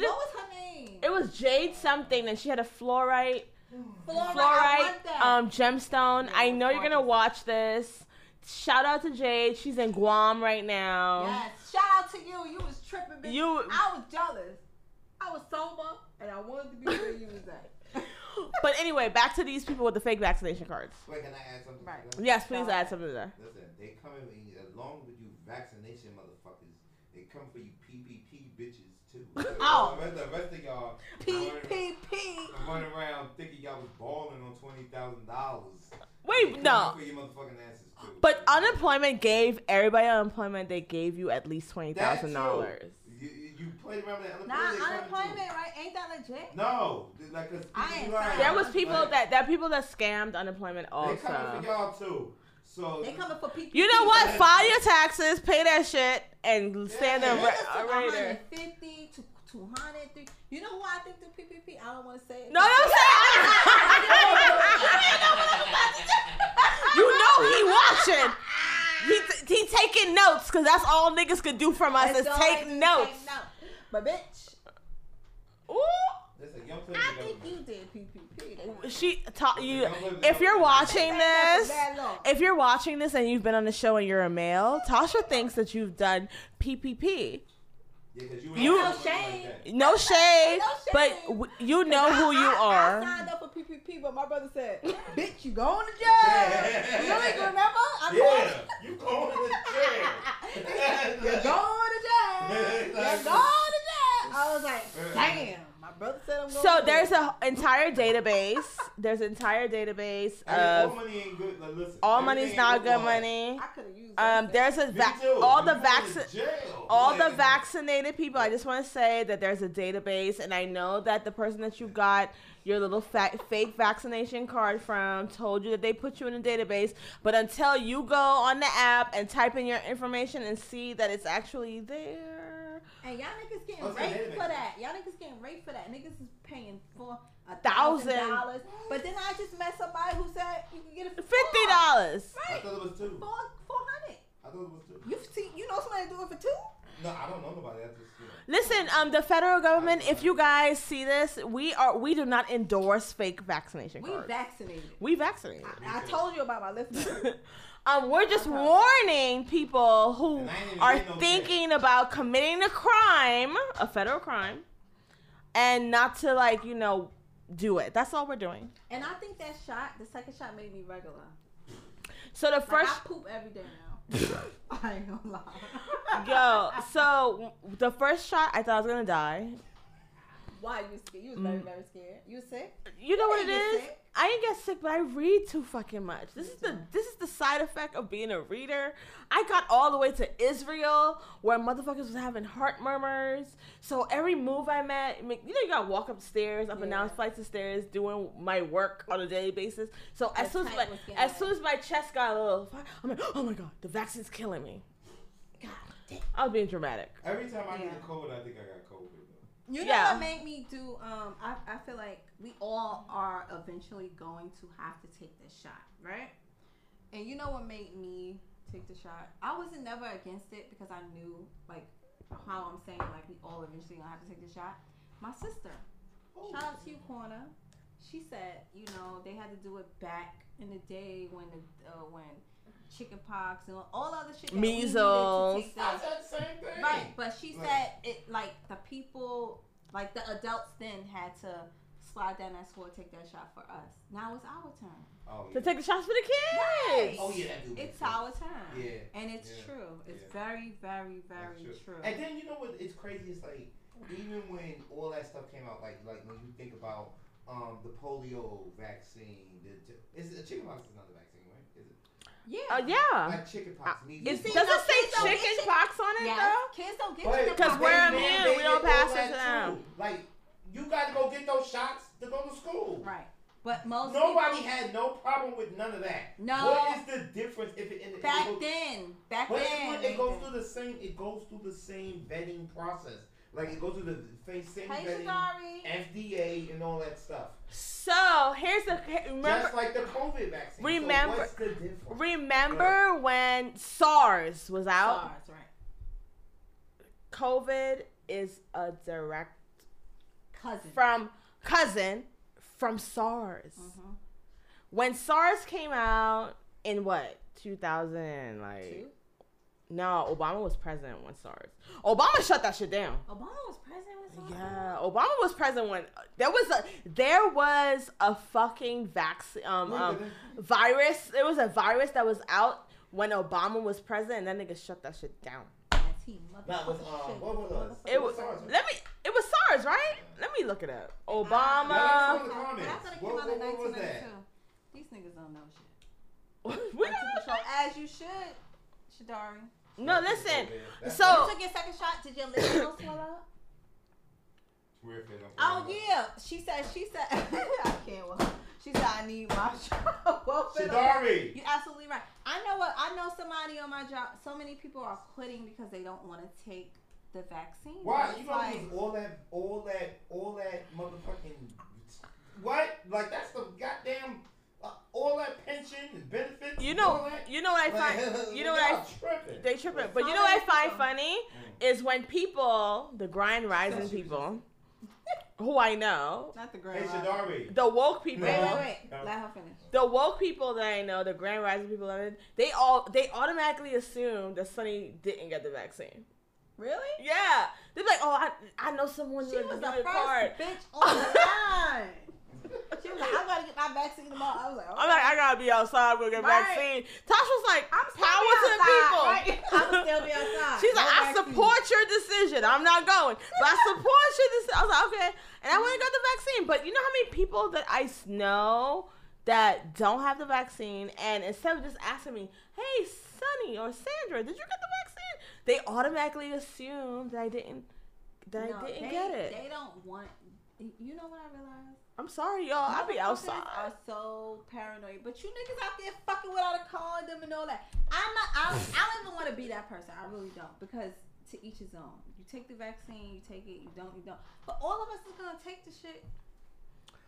tripping, sis. What was her name? It was Jade something, and she had a fluorite, Flora. I fluorite, want that. um, gemstone. I know you're gonna gorgeous. watch this. Shout out to Jade. She's in Guam right now. yes. Shout out to you. You was tripping, bitch. You- I was jealous. I was sober, and I wanted to be where you was at. But anyway, back to these people with the fake vaccination cards. Wait, can I add something? to Right. that? Yes, please Stop. add something there. Listen, they coming with you, along with you vaccination motherfuckers. They come for you PPP bitches too. Oh. The rest, the rest of y'all running, PPP. running around thinking y'all was balling on twenty thousand dollars. Wait, no. For your motherfucking asses too. But unemployment gave everybody unemployment. They gave you at least twenty That thousand too. dollars. You, you- you played around with that Nah, unemployment. card, too. unemployment, right? Ain't that legit? No, th- like 'cause I people ain't lying. fine. There was people Like, that that people that scammed unemployment they also. coming for y'all too. So They coming for PPP. You know what? Yes. File your taxes, pay that shit, and stand Yeah. there. Niggas Ra- raider. 150 to 200. three- You know who I think the PPP? I don't want to say it. No, no, I'm saying. you know he watching. He, he taking notes because that's all niggas could do from us is That's all I take do, Take notes. notes. But bitch, Ooh, listen, y'all playing I with think government. you did PPP. she taught you. Don't blame the If you're government. watching Take that for this, bad law. if you're watching this and you've been on the show and you're a male, Tasha thinks that you've done PPP. Yeah, 'cause you, ain't You- doing No shade. Like that. No shade. shade, but w- you know who you I, I, are. I signed up for PPP, but my brother said, "Bitch, you going to jail? you ain't remember? I'm Yeah, you going to jail. You're going to jail. You're going to jail." I was like, "Damn!" My brother said, "I'm going." So to there's jail. an entire database. There's an entire database I mean, all of money ain't good. Like, listen, Uh, all everything money's ain't not good for life. money. I could have used. Um, that. there's a Me vac- too. all You the going vaccine. to jail. All Like, the it's- vaccinated people, I just want to say that there's a database, and I know that the person that you got your little fa- fake vaccination card from told you that they put you in a database, but until you go on the app and type in your information and see that it's actually there, And y'all niggas getting Oh, so wait a raped for minute. that. Y'all niggas getting raped for that. Niggas is paying for a Thousand. thousand dollars. But then I just met somebody who said you can get it for Fifty four. dollars. I Right. thought it was two. Four four hundred. I thought it was two. You see you know somebody do it for two? No, I don't know nobody. I just you know. Listen, um, the federal government. If you guys see this, we are we do not endorse fake vaccination We cards. vaccinated. we vaccinated. I, I told you about my listeners. um, we're just Okay. warning people who And I ain't even are getting no thinking about committing a crime, a federal crime, and not to like you know do it. That's all we're doing. And I think that shot, the second shot made me regular. So the Like, first I poop every day now. I ain't gonna lie. Yo, so the first shot, I thought I was gonna die. Why you scared? You was very, very scared. You was sick? You know what You it didn't get is? sick? Mm-hmm. I didn't get sick, but I read too fucking much. This is the too. this is the side effect of being a reader. I got all the way to Israel where motherfuckers was having heart murmurs. So every move I met, I mean, you know, you gotta walk upstairs, up and down Yeah. flights of stairs, doing my work on a daily basis. So as The soon as tight my, was getting as like- soon as my chest got a little, fu- I'm like, oh my god, the vaccine's killing me. God damn. I was being dramatic. Every time I get Yeah. a cold, I think I got COVID. Though. You know Yeah. what made me do? Um, I, I feel like we all are eventually going to have to take this shot, right? And you know what made me take the shot? I was never against it because I knew, like, how I'm saying, like, we all eventually gonna have to take the shot. My sister, shout out to you, Corner. She said, you know, they had to do it back in the day when the uh, when chickenpox and all other shit. that we needed to take Measles. I this. said the same thing. Right, but she Right. said it like the people, like the adults then had to slide down that sword, take that shot for us. Now it's our turn. Oh yeah. To take the shots for the kids. oh yeah, that dude. It's was our turn. Yeah. And it's Yeah. true. It's Yeah. very, very, very That's true. And then you know what? It's crazy. It's like even when all that stuff came out, like like when you think about um the polio vaccine, the chi- is it chickenpox is not a vaccine, right? Is it? yeah. Oh yeah. Like chickenpox. measles. uh, It's, see, does no, it say kids don't get chicken chick- pox on it Yes. though? Kids don't get But- chicken Because pox. they we're mandated immune, we don't all pass that it to too. Like you got to go get those shots to go to school. Right. But most Nobody people, had no problem with none of that. No. What is the difference if it, and it- back it goes- then, back But it, then, went- it goes nigga, through the same. It goes through the same vetting process. Like it goes through the fa- same Hey, vetting, Shadari. FDA, and all that stuff. So here's the he- remember Just like the COVID vaccine. Remember- So what's the difference? remember when SARS was out. SARS, right. COVID is a direct Cousin. from cousin from SARS. Mhm. When SARS came out in what 2000 like Two. no Obama was president when SARS. Obama shut that shit down. Obama was president with SARS. Yeah, Obama was president when there was a there was a fucking vaccine um, Wait, um but virus. It was a virus that was out when Obama was president, and that nigga shut that shit down. Yes, he That was, um, motherfucking what was us? shit. It was was SARS, right? let me. It was SARS, right? Let me look it up. Yeah, Obama. that's But I thought it came What- out in what- what was that? 1992. These niggas don't know shit. We I don't took the know. shot as you should, Shadari. No, listen. That's so- like You took your second shot. Did your lips still swell up? weird feeling. Oh yeah. She said. She said. I can't. Well, she said I need my shot. Well, fed uh, up. Shadari. You absolutely right. I know what I know. Somebody on my job. So many people are quitting because they don't want to take the vaccine. Why? It's You like- know, it was all that, all that, all that motherfucking. What? Like that's the goddamn. Uh, all that pension and benefits. You and all know. that? You know what I Like, find. You know what I. y'all tripping. They tripping, Like, but you know what I find funny Mm. is when people, the grind rising That's you. people, who I know, Not the girl. Hey Shadari. the woke people. Wait, No. wait, wait. Let her finish. the woke people that I know, the Grand Rising people, I know, they all they automatically assume that Sunny didn't get the vaccine. Really? Yeah, they're like, oh, I I know someone She with was a the good first card. bitch on the line. She was like, I gotta get my vaccine tomorrow. I was like, I'm like, I gotta be outside with a Right. vaccine. Tasha was like, I'm still power be to the people. outside, right? I'ma still be outside. She's No like, I vaccine." support your decision. I'm not going, but I support your decision. I was like, okay, and I went and got the vaccine. But you know how many people that I s- know that don't have the vaccine, and instead of just asking me, hey, Sunny or Sandra, did you get the vaccine? They automatically assume that I didn't. That No, I didn't they, get it. They don't want. You know what I realized? I'm sorry, y'all. I'll Oh, be Motherfuckers outside. Are so paranoid, but you niggas out there fucking with all the condom and all that. I'm not. I don't, I don't even want to be that person. I really don't because to each his own. You take the vaccine, you take it. You don't, you don't. But all of us is gonna take the shit.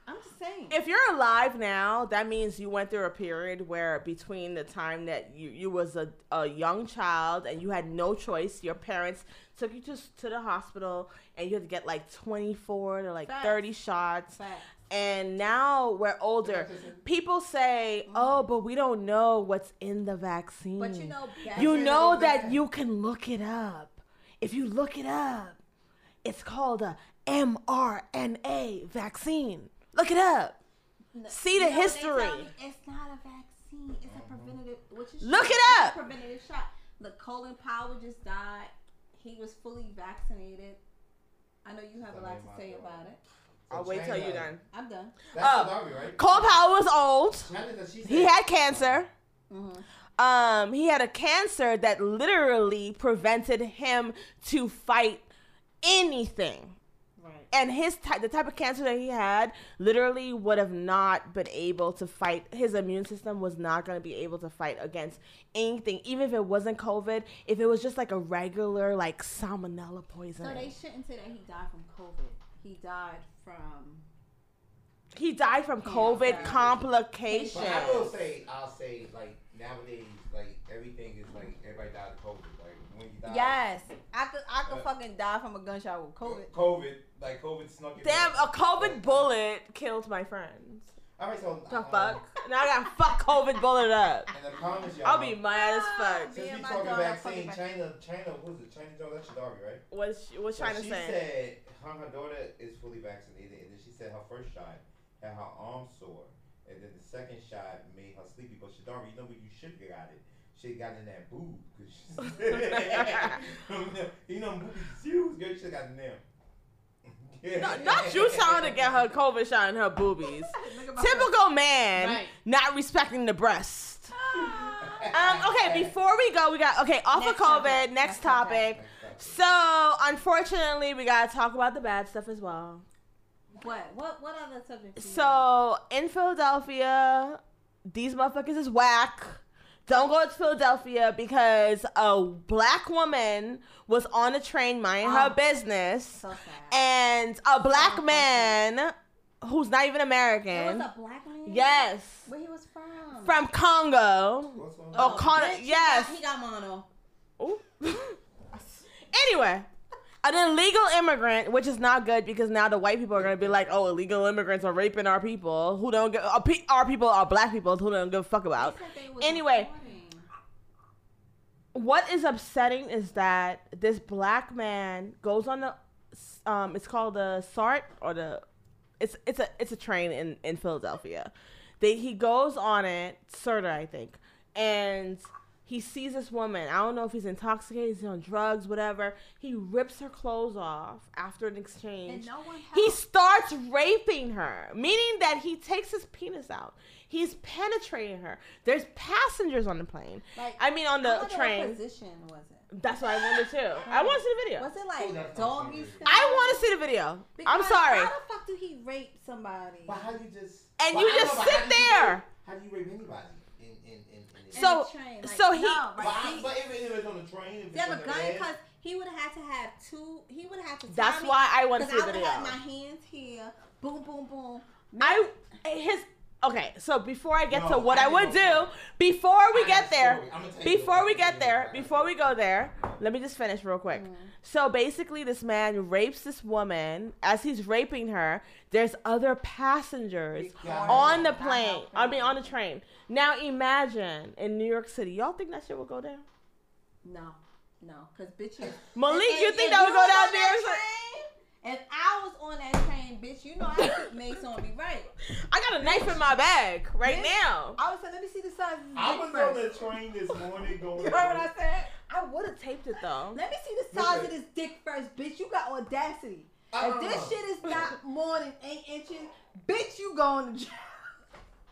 I'm just saying. If you're alive now, that means you went through a period where between the time that you, you was a, a young child and you had no choice, your parents took you to, s- to the hospital and you had to get like 24 to like Facts. 30 shots. Facts. And now we're older. People say, "Oh, but we don't know what's in the vaccine." But you know, back You That's know it. that you can look it up. If you look it up, it's called a mRNA vaccine. Look it up. No, See the you know what they tell history. me? It's not a vaccine. It's a preventative. Which is Look true. it It's a up. preventative shot. Look, Colin Powell just died. He was fully vaccinated. I know you have a lot to say about it. I'll wait till you're done. I'm done. That's Oh. Gaddafi, right? Cole Powell was old. China that she said. He had cancer. Mhm. Um, he had a cancer that literally prevented him to fight anything. Right. and his ty- the type of cancer that he had literally would have not been able to fight his immune system was not going to be able to fight against anything even if it wasn't covid if it was just like a regular like salmonella So they poisoning shouldn't say that he died from COVID. He died from. he died from Yeah, covid right. complications But I will say, I'll say, like nowadays, like everything is like everybody dies of COVID. Like when you die, Yes, I could. I could Uh, fucking die from a gunshot with COVID. COVID, like COVID snuck in. damn there. a covid bullet killed my friends All right, so the um, fuck now i got fuck covid bullet up And I promise y'all, i'll be mad as fuck Since Me and we my talking dog vaccine, fucking vaccine. China, China, what is it? China Jones, that's Gaddafi, right? what's she, what's So trying to she say said her, her daughter is fully vaccinated, and then she said her first shot had her arm sore, and then the second shot made her sleepy. But Shadari, you know what? You should get out it. She got in that boob because you know boobies huge, girl. You should got in them. no, not you trying to get her covid shot in her boobies Look at my Typical man Right. not respecting the breast. friend. Um, okay, before we go, we got okay, off Next of COVID, topic. next Next topic. topic. So unfortunately we gotta talk about the bad stuff as well. what? What? What other subject? do you have? So in Philadelphia, these motherfuckers is whack. Don't go to Philadelphia because a black woman was on a train minding her Oh. business so sad. and a black fucking- man who's not even It was American. a black man. Yes. Where he was from? From Congo. What's going Oh, on? Connor, bitch, he yes. got- He got, mono. Ooh. anyway, an illegal immigrant, which is not good because now the white people are gonna be like, "Oh, illegal immigrants are raping our people who don't give our, pe- our people are black people who don't give a fuck about." They said they was Oh, Anyway. recording. What is upsetting is that this black man goes on the, um, it's called the SART or the, it's it's a it's a train in in Philadelphia. They he goes on it, Serta, I think, and he sees this woman. I don't know if he's intoxicated, he's on drugs, whatever. He rips her clothes off after an And exchange. no one helped. He starts raping her, meaning that he takes his penis out. He's penetrating her. There's passengers on the plane. Like, I mean, on I the wonder What train. position was it? That's what I wonder too. I want to see the video. Was it like Oh, that's not doggy funny. style? I want to see the video. I'm Because sorry. How the fuck do he rape somebody? But how do you just? And but you I know, just but how sit do you there. rape- How do you rape anybody? In in in. in In So- the train, like, so he- no, But, right? I, He- but if it was on the train, if they have a it's on the gun bed, because he would have had to have two. He would have had to. tie That's me why I want to Because see the I would video. have my hands here. Boom, boom, boom. I eh, his okay. So before I get to No, what I I would know. do, before we I get got a there, story. I'ma tell you before what we I get did. there, before we go there, let me just finish real Mm. quick. So basically, this man rapes this woman. As he's raping her, there's other passengers Yeah. on the Not plane. helping. I mean, on the train. Now imagine in New York City. Y'all think that shit will go down? No, no, because bitches. Malik, And- you and- and think that would you go was down on New that York City? train? If I was on that train, bitch, you know I could make something be right. I got a knife in my bag right Bitch. now. I was like, let me see the size. of this I dick was first. on the train this morning going. You heard what I said? I would have taped it though. Let me see the size of Listen. this dick first, bitch. You got audacity. I if don't this know. shit is not more than eight inches, bitch, you going to jail.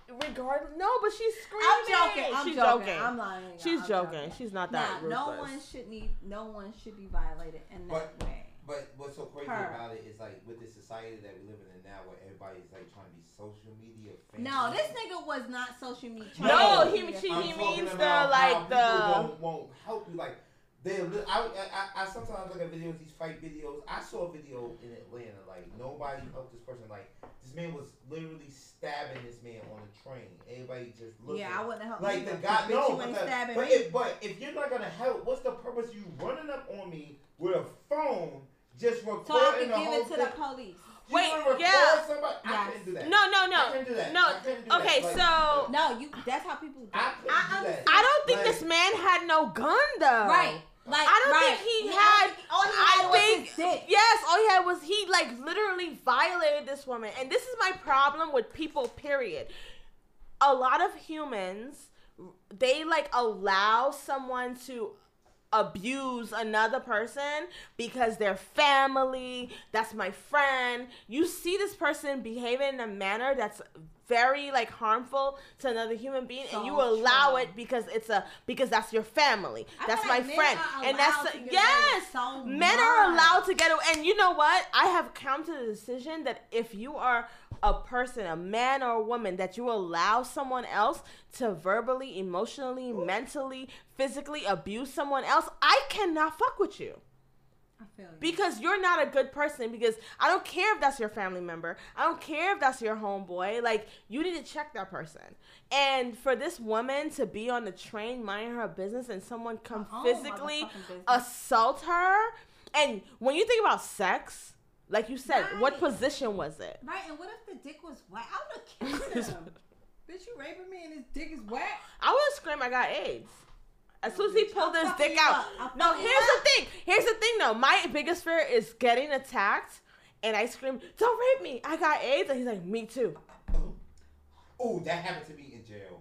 Regardless, no, but she's screaming. I'm joking. I'm she's joking. I'm lying. y'all. She's I'm joking. She's not that Nah, no ruthless. one should need. No one should be violated in that way. But what's so crazy Her. about it is like with the society that we live in now, where everybody's like trying to be social media. Famous. No, this nigga was not social media. No, No, he media. she, I'm he talking means the about how like people the don't, won't help you. Like They, li- I, I, I, I sometimes look at videos, these fight videos. I saw a video in Atlanta, like nobody helped this person. Like this man was literally stabbing this man on a train. Everybody just looked. Yeah, I wouldn't help. like neither, the 'cause guy. bitch, No, you ain't but, stabbing but me. if, but if you're not gonna help, what's the purpose of you running up on me with a phone, just recording So I can the give whole it to the thing? police. You wanna Wait, record yeah. Somebody? I Yes. couldn't do that. No, no, I no. couldn't do that. No, I couldn't do that. okay, Like, so- No, you. That's how people. Do. I couldn't I do that. understand. I don't think Like- this man had no gun though. Right. Like I don't right. think he Yeah, had. all he I had was think his dick. yes, all he had was he like literally violated this woman, and this is my problem with people. Period. A lot of humans, they like allow someone to abuse another person because they're family. That's my friend. You see this person behaving in a manner that's very like harmful to another human being and So you allow true. it because it's a because that's your family I that's feel my like men friend, are and allowed that's to get away with yes. so Oh, Men are much. allowed to get away, and you know what? I have come to the decision that if you are a person, a man or a woman, that you allow someone else to verbally, emotionally, mentally, physically abuse someone else, I cannot fuck with you I feel you. because you're not a good person because i don't care if that's your family member i don't care if that's your homeboy like you need to check that person and for this woman to be on the train minding her business and someone come Her own physically Oh, motherfucking business. assault her and when you think about sex like you said what Right. position was it Right, and what if the dick was wet? I would have kissed him. Bitch, you raping me and his dick is wet. I would scream I got AIDS. As soon as he pulled I'll his fuck dick you out. up. I'll No, fuck here's you the up. thing. Here's the thing though. My biggest fear is getting attacked and I scream, Don't rape me. I got AIDS and he's like, Me too. Oh, that happened to me in jail.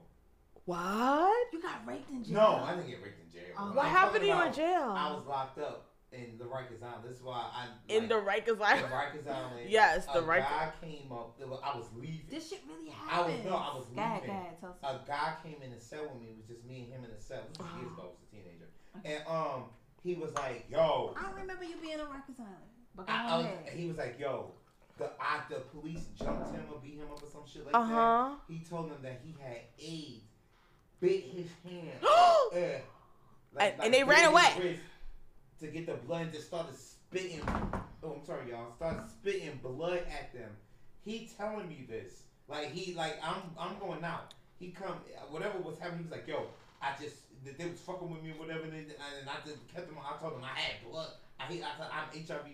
What? You got raped in jail. No, I didn't get raped in jail. Oh. I'm What happened to talking you in about I jail? was locked up in the Rikers Island. That's why I In the like, Rikers the Island. Rikers Island. Yes, the a Rikers- guy came up. there was- I was leaving. This shit really I was happened. no, I was Go ahead, go leaving. ahead. Tell us. A guy came in the cell with me. It was just me and him in the cell. This was years ago. I was a teenager, and um, he was like, "Yo," I don't remember you being on Rikers Island. But go I, I was, ahead. he was like, "Yo." The, I, the police jumped him or beat him up or some shit like Uh huh. that. He told them that he had AIDS, bit his hand, uh, And- and they bit ran his away. wrist To get the blood, and just started spitting. Oh, I'm sorry, y'all. Started spitting blood at them. He telling me this, like he, like I'm, I'm going out. He come, whatever was happening. He was like, yo, I just they- they was fucking with me, or whatever, and, they, and I just kept them. I told him I had blood. I, hate- I, I'm HIV.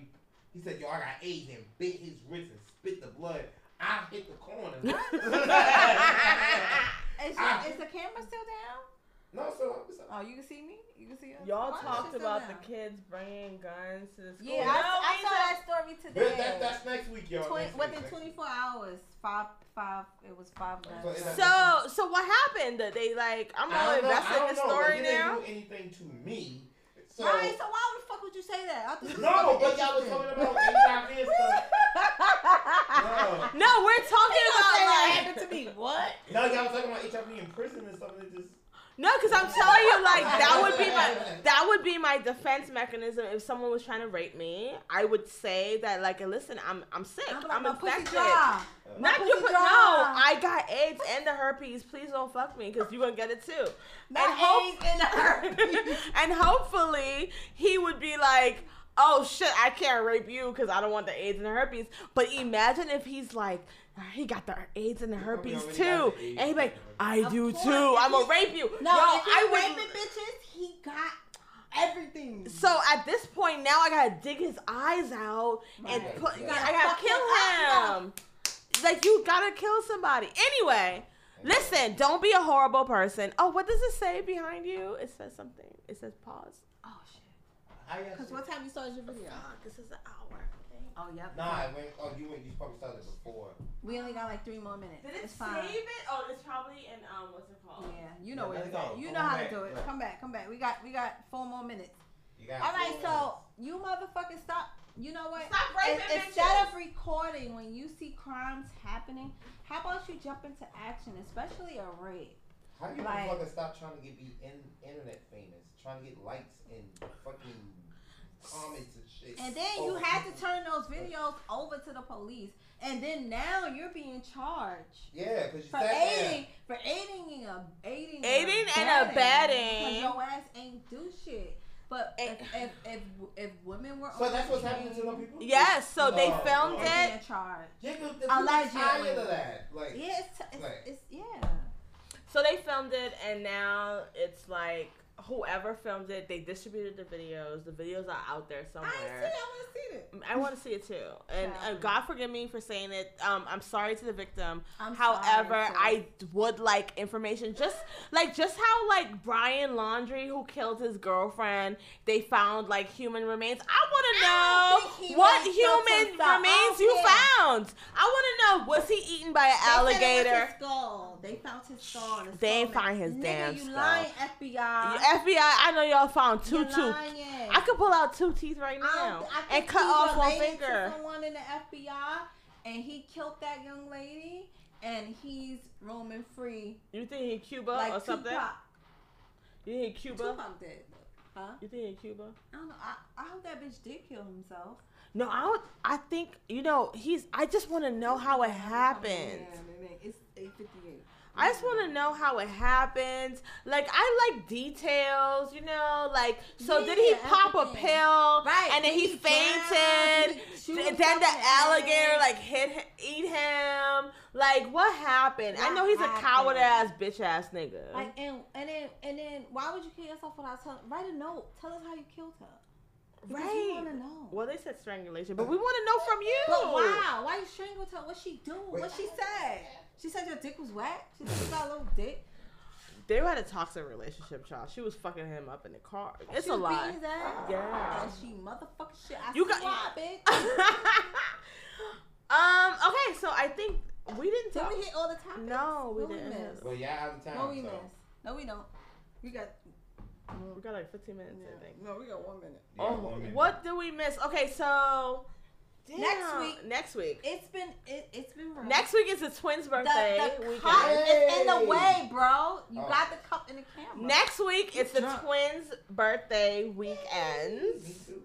He said, yo, I got AIDS, and bit his wrist and spit the blood. I hit the corner. Is, I- is the camera still down? No, so I'm Oh, you can see me. You can see us. Y'all Why is talked it still about the down? kids bringing guns to the school. Yeah, I, I saw that story today. That, that, that's next week, y'all. Twen- next within week, next week. 24 hours, five, five. It was five guns. So it's like- So, so what happened? That they like, I'm gonna I don't know. I investigate don't the know. Like, story it now. Didn't do anything to me. So right, so why the fuck would you say that? I thought this no, was but y'all was talking about HIV and stuff. No, No, we're talking about like to me. What? no, y'all was talking about HIV in prison and stuff, and it just No, because I'm telling you, like that would be my that would be my defense mechanism if someone was trying to rape me. I would say that like, listen, I'm I'm sick, I'm, like, I'm, my pussy infected. dry. My uh, Not pussy your, pu- no, dry. I got AIDS and the herpes. Please don't fuck me because you're gonna get it too. Not and hope- AIDS and herpes. and hopefully he would be like, oh shit, I can't rape you because I don't want the AIDS and the herpes. But imagine if he's like, "Ah, he got the AIDS and the probably herpes already too, got the and AIDS he like, I and the do herpes." Of too. course, I'm if gonna he- rape you. No, Yo, if he I would. raping bitches, he got everything. So at this point now I gotta dig his eyes out and Right. put You gotta I gotta fuck his kill him. Like you gotta kill somebody. Anyway, listen, don't be a horrible person. Oh, what does it say behind you? It says something. It says pause. oh shit. I got Because you. what time you started your video? Fuck, this is an hour. Oh yep. Nah, it went, oh, you went. You probably started before. We only got like three more minutes. Did it it's save fine. it? Oh, it's probably in um what's it Yeah, called? you know Yeah, where let it's it at. go. You Go know on how back. to do it. Look. Come back, come back. We got we got four more minutes. You got All right, four so you motherfucking stop. You know what? Stop raping In- bitches. Instead of recording when you see crimes happening, how about you jump into action, especially a rape? How do you Like- motherfuckers stop trying to get be in, internet famous, trying to get likes and fucking comments and shit? Oh, And then you over had people? to turn those videos over to the police, and then now you're being charged Yeah, because you for sat there. aiding, for aiding and a aiding, Aiding abetting, and abetting. Eh. 'cause Your ass ain't do shit. But if, It- if, if, if women were So on that's that what's happening to train, them people. Yes, so they No. filmed Oh. they'd be it. in charge. Yeah, the, the Allegedly. tired of that. Like, Yeah, it's, it's, Right. it's yeah. So they filmed it, and now it's like whoever filmed it, they distributed the videos. The videos are out there I somewhere. ain't seen it. I want to see it. I want to see it too. And uh, Child. God forgive me for saying it. Um, I'm sorry to the victim. I'm However, sorry, I would like information just like just how like Brian Laundrie who killed his girlfriend, they found like human remains. I I want don't to think know he what really killed human himself. remains Oh, you yeah. found. I want to know was he eaten by an They found alligator? his skull. They found his skull. The They ain't skull- find his Nigga, damn you skull. lying, FBI. FBI, I know y'all found two You're tooth. lying. I could pull out two teeth right I now don't- I think and cut he's off one related to finger. someone in the FBI, and he killed that young lady, and he's roaming free You think he Cuba like or something? Tupac. You think he Cuba? Tupac did. Huh? You think he Cuba? I don't know. I, I hope that bitch did kill himself. No, I don't, I think you know he's. I just want to know how it happened. Yeah, Oh, man, it's eight fifty eight. I just want to know how it happened. Like I like details, you know. Like so, did he Yeah, pop a everything. pill? Right, And then he, he fainted. drowned, he Th- chewed then the something alligator out. like hit hi- eat him. Like what happened? I What know he's a coward ass happened? bitch ass nigga. Like and and then and then why would you kill yourself without telling? Write a note. Tell us how you killed her. Because We right. want to know. Well, they said strangulation, but we want to know from you. But wow, why you strangled her? What she do? Wait. What she said? She said your dick was wet. She said you got a little dick. They had a toxic relationship, child. She was fucking him up in the car. It's she a was lie. Beating his ass. Yeah. And she motherfucking shit. I You you got- got why, bitch. um. Okay. So I think we didn't Did talk. we hit all the topics? No, we What didn't. miss? Well, yeah, out of time. No, we so. miss. No, we don't. We got. We got like 15 minutes, I think. No, we got one minute. Yeah, oh, one minute. what did we miss? Okay, so Next damn, week- Next week. It's been it, it's been rough. Next week is the twins' the, birthday the weekend. cup is in Hey. the way, bro. You Oh. got the cup in the camera. Next week it's the drunk. twins' birthday Me weekends, too.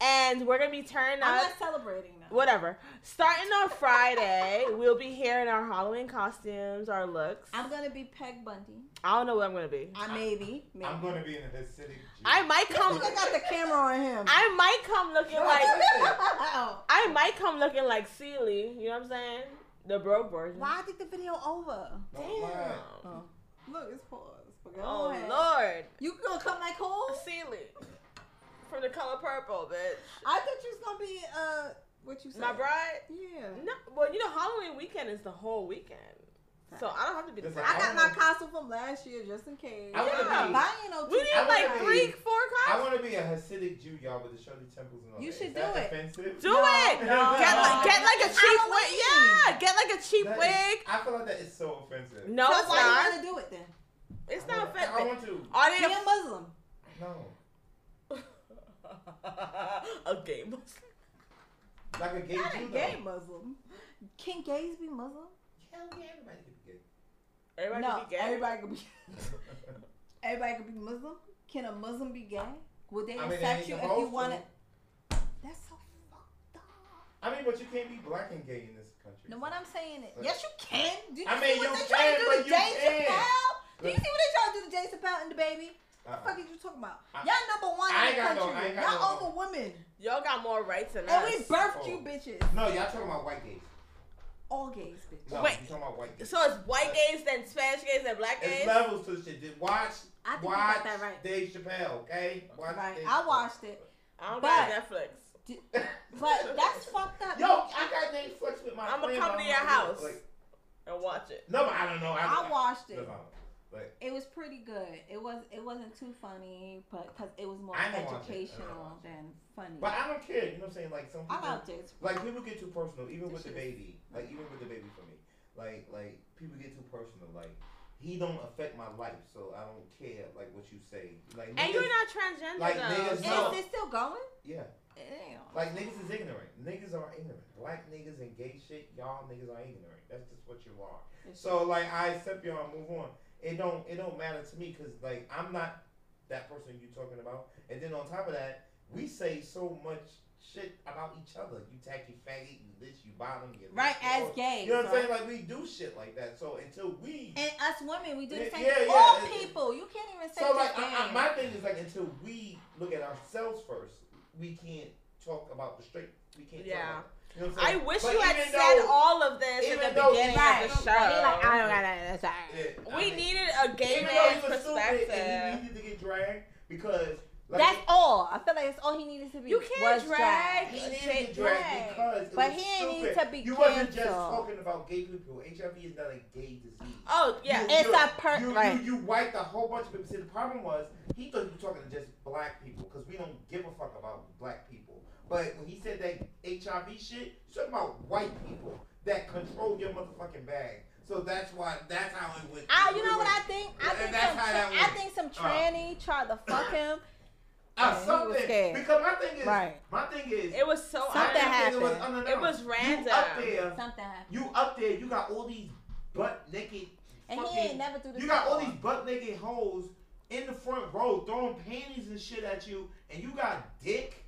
and we're gonna be turning I'm up. not celebrating that. Whatever. Starting on Friday, we'll be here in our Halloween costumes, our looks. I'm gonna be Peg Bundy. I don't know what I'm gonna be. I maybe. maybe. I'm gonna be in a Hasidic. I might come. I got the camera on him. I might come looking No, like listen. Wow. I might come looking like Sealy. You know what I'm saying? The broke version. Why I think the video over? Don't Damn. lie. Oh. Look, it's paused. But go Oh ahead. Lord, You gonna come like who? Sealy from the color purple, bitch. I thought you was gonna be uh what you said. My bride. Yeah. No, well, you know Halloween weekend is the whole weekend, so I don't have to be the Listen, bride. I got my costume from last year just in case. I wanna Yeah. be- Buying no We two- need I like wanna be- three, four I costumes. want to be a Hasidic Jew, y'all, with the Shirley Temples and all You that. should Is that do it. offensive? Do No, it. no. Get like, get like a It's cheap wig. Halloween. Yeah, get like a cheap That is- wig. I feel like that is so offensive. No, So it's why you not. wanna do it then? It's I not want- I offensive. want to. Are Be they a Muslim. No. a gay Muslim? Like a gay Not Jew, a though. gay Muslim. Can gays be Muslim? Hell yeah, everybody could be Everybody no, can be gay. everybody could be gay. everybody could be Muslim. Can a Muslim be gay? Would they I mean, accept ain't you if supposed you want to. to? That's so fucked up. I mean, but you can't be black and gay in this country. No, what I'm saying is, But- yes, you can. Do you I see mean, what you they trying can, to do but to you Dave can. Chappelle? Do you Look. see what they trying to do to Dave Chappelle and the baby? Uh-uh. What the fuck is you talking about? I- Y'all number one I in ain't the got no- country. I ain't got Y'all no- over women, Y'all got more rights than and we us. birthed Oh. you bitches, No, y'all talking about white gays. all gays, bitch. No, Wait. you talking about white gays. so it's white gays, then Spanish gays, then black gays. It's levels to shit. Just Watch, I think you watch got that right. Dave Chappelle, okay? Watch Right, Dave I Chappelle. watched it, I don't But- got Netflix. but that's fucked up. Yo, I got Netflix with my I'ma friend, come but to I'm your like, house. like, And watch it. no, but I don't know. I watched no, it. no, But It was pretty good. It was it wasn't too funny, but because it was more I didn't watch it. I didn't educational watch it. than funny. but I don't care. You know what I'm saying? Like some people, I love James. like people get too personal, even with the This baby. Like even with the baby for me. Like like people get too personal. Like he don't affect my life, so I don't care like what you say. Like And niggas- you're not transgender like, though. niggas Is no. it still going? yeah. Damn. Like niggas is ignorant. Niggas are ignorant. Black niggas and gay shit, y'all niggas are ignorant. That's just what you are. So like I accept y'all, and move on. It don't it don't matter to me because like I'm not that person you talking about. And then on top of that, we say so much shit about each other. You tack, you faggot, you this, you bottom, you Right, this, as or- gays. You know what I'm right? saying? Like we do shit like that. So until we, And us women, we do the Yeah, same yeah, thing. yeah, All it- people. You can't even say so just like I, I, gays. my thing is like until we look at ourselves first, we can't talk about the straight. We can't. Yeah. Talk about, you know what I'm I saying? wish But you had even said though- all of this even at the though he beginning Right. of the show. He like, I don't got that. Sorry. Yeah, I we mean, needed a gay even though man's he was stupid and perspective. he needed to get dragged because like, That's all. I feel like that's all he needed to be. You was can't drag. He needed Jay- to drag Right. because it But was he didn't need stupid. to be You wasn't just canceled. talking about gay people. HIV is not a gay disease. Oh yeah, You- It's you- a per- you, right. you, you wiped a whole bunch of people. See, the problem was he thought you were talking to just black people because we don't give a fuck about black people. But when he said that HIV shit, he's talking about white people that control your motherfucking bag. So that's why that's how it went. I, Ah, you know what I think? I And think that's some, how tra- that I went. think some tranny tried to fuck him. Uh, Yeah, he was something scared. because my thing is Right. my thing is it was so. I Something didn't think It was, happened. unannounced. It was You random. up there. Something happened. You up there, you got all these butt naked. And fucking, he ain't never do this. you got all before. these butt naked hoes in the front row throwing panties and shit at you, and you got dick.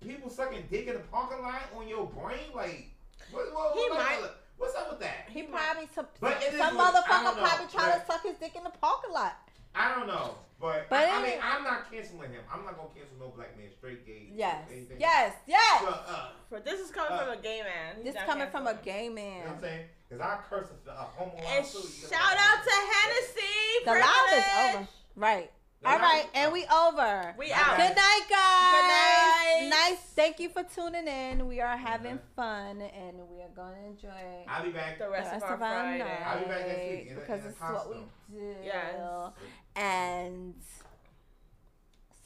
People sucking dick in the parking lot on your brain, like what, what, He what- might- what- what's up with that? He probably some, But it is some what- I motherfucker don't know, probably tried but- to suck his dick in the parking lot. I don't know, but, But I, I it- mean, I'm not canceling him. I'm not gonna cancel no black man, straight gay. Yes, anything. yes, yes. But, uh, For this is coming Uh, from a gay man. He's this not coming from a canceled. gay you know what man. I'm saying? Cause I curse a, a homo. out And too, you know shout what out I'm to saying? Hennessy. The live is over. Right. The All live right, is and over. we over. We Good out. Good night, guys. Good night. Nice. Thank you for tuning in. We are having Mhm. fun and we are going to enjoy I'll be back. The rest, the rest of our Friday. I'll be back next night week in a- because in a it's what we costume. do. Yes. And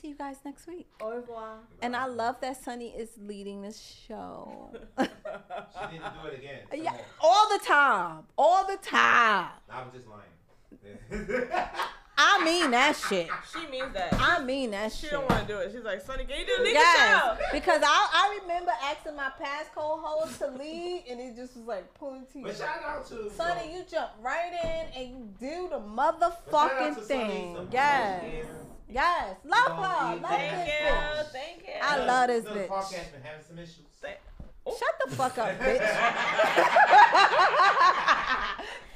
see you guys next week. Au revoir. And I love that Sunny is leading this show. She didn't do it again. Come yeah, on. all the time. All the time. I was just lying. I mean that shit. She means that. I mean that She shit. don't want to do it. She's like, Sonny, can you do leave Yes, the show? because I, I remember asking my past co-host to lead, and it just was like pulling but teeth. shout out to Sonny, you jump right in and you do the but shout out motherfucking to Sonny, thing. some Yes, bullshit. yes, love Don't her, love eat that. Thank this you. bitch. Thank you. I love this Another bitch. podcast been having some issues. Shut the fuck up, bitch.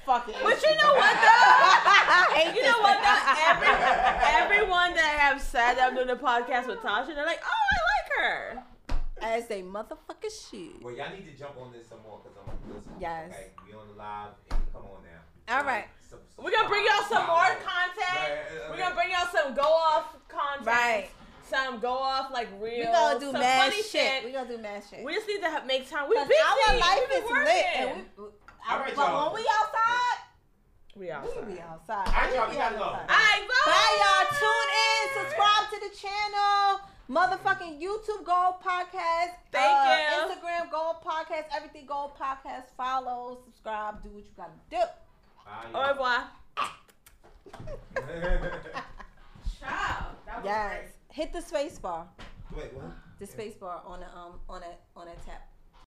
fuck it. But you know what though? I hate You this know what bitch. though? Every, everyone that I have said that I'm doing a podcast with Tasha, they're like, oh, I like her. As a motherfucking shit. Well, y'all need to jump on this some more because I'm listening. Yes. Okay, we on the live. And come on now. All right. Sub- We're gonna bring y'all some more subscribe. content. Right, uh, We're okay. gonna bring y'all some go off content. Right. Some go off like real. We gonna do some mad funny shit. We gonna do mad shit. We just need to ha- make time. We've Cause been our life We've is been lit, working. and we, All right, but y'all. when we outside, we are. we sorry. be All outside. right, y'all. We We be gotta go. outside. All right, bye. Bye, y'all. Tune in, subscribe to the channel. Motherfucking YouTube Gold Podcast. Thank uh, you. Instagram Gold Podcast. Everything Gold Podcast. Follow, subscribe, do what you gotta do. Bye, Au revoir. y'all. Ciao. That was Yes. great. Hit the space bar. Wait, what? The space bar on a um on a on a tap.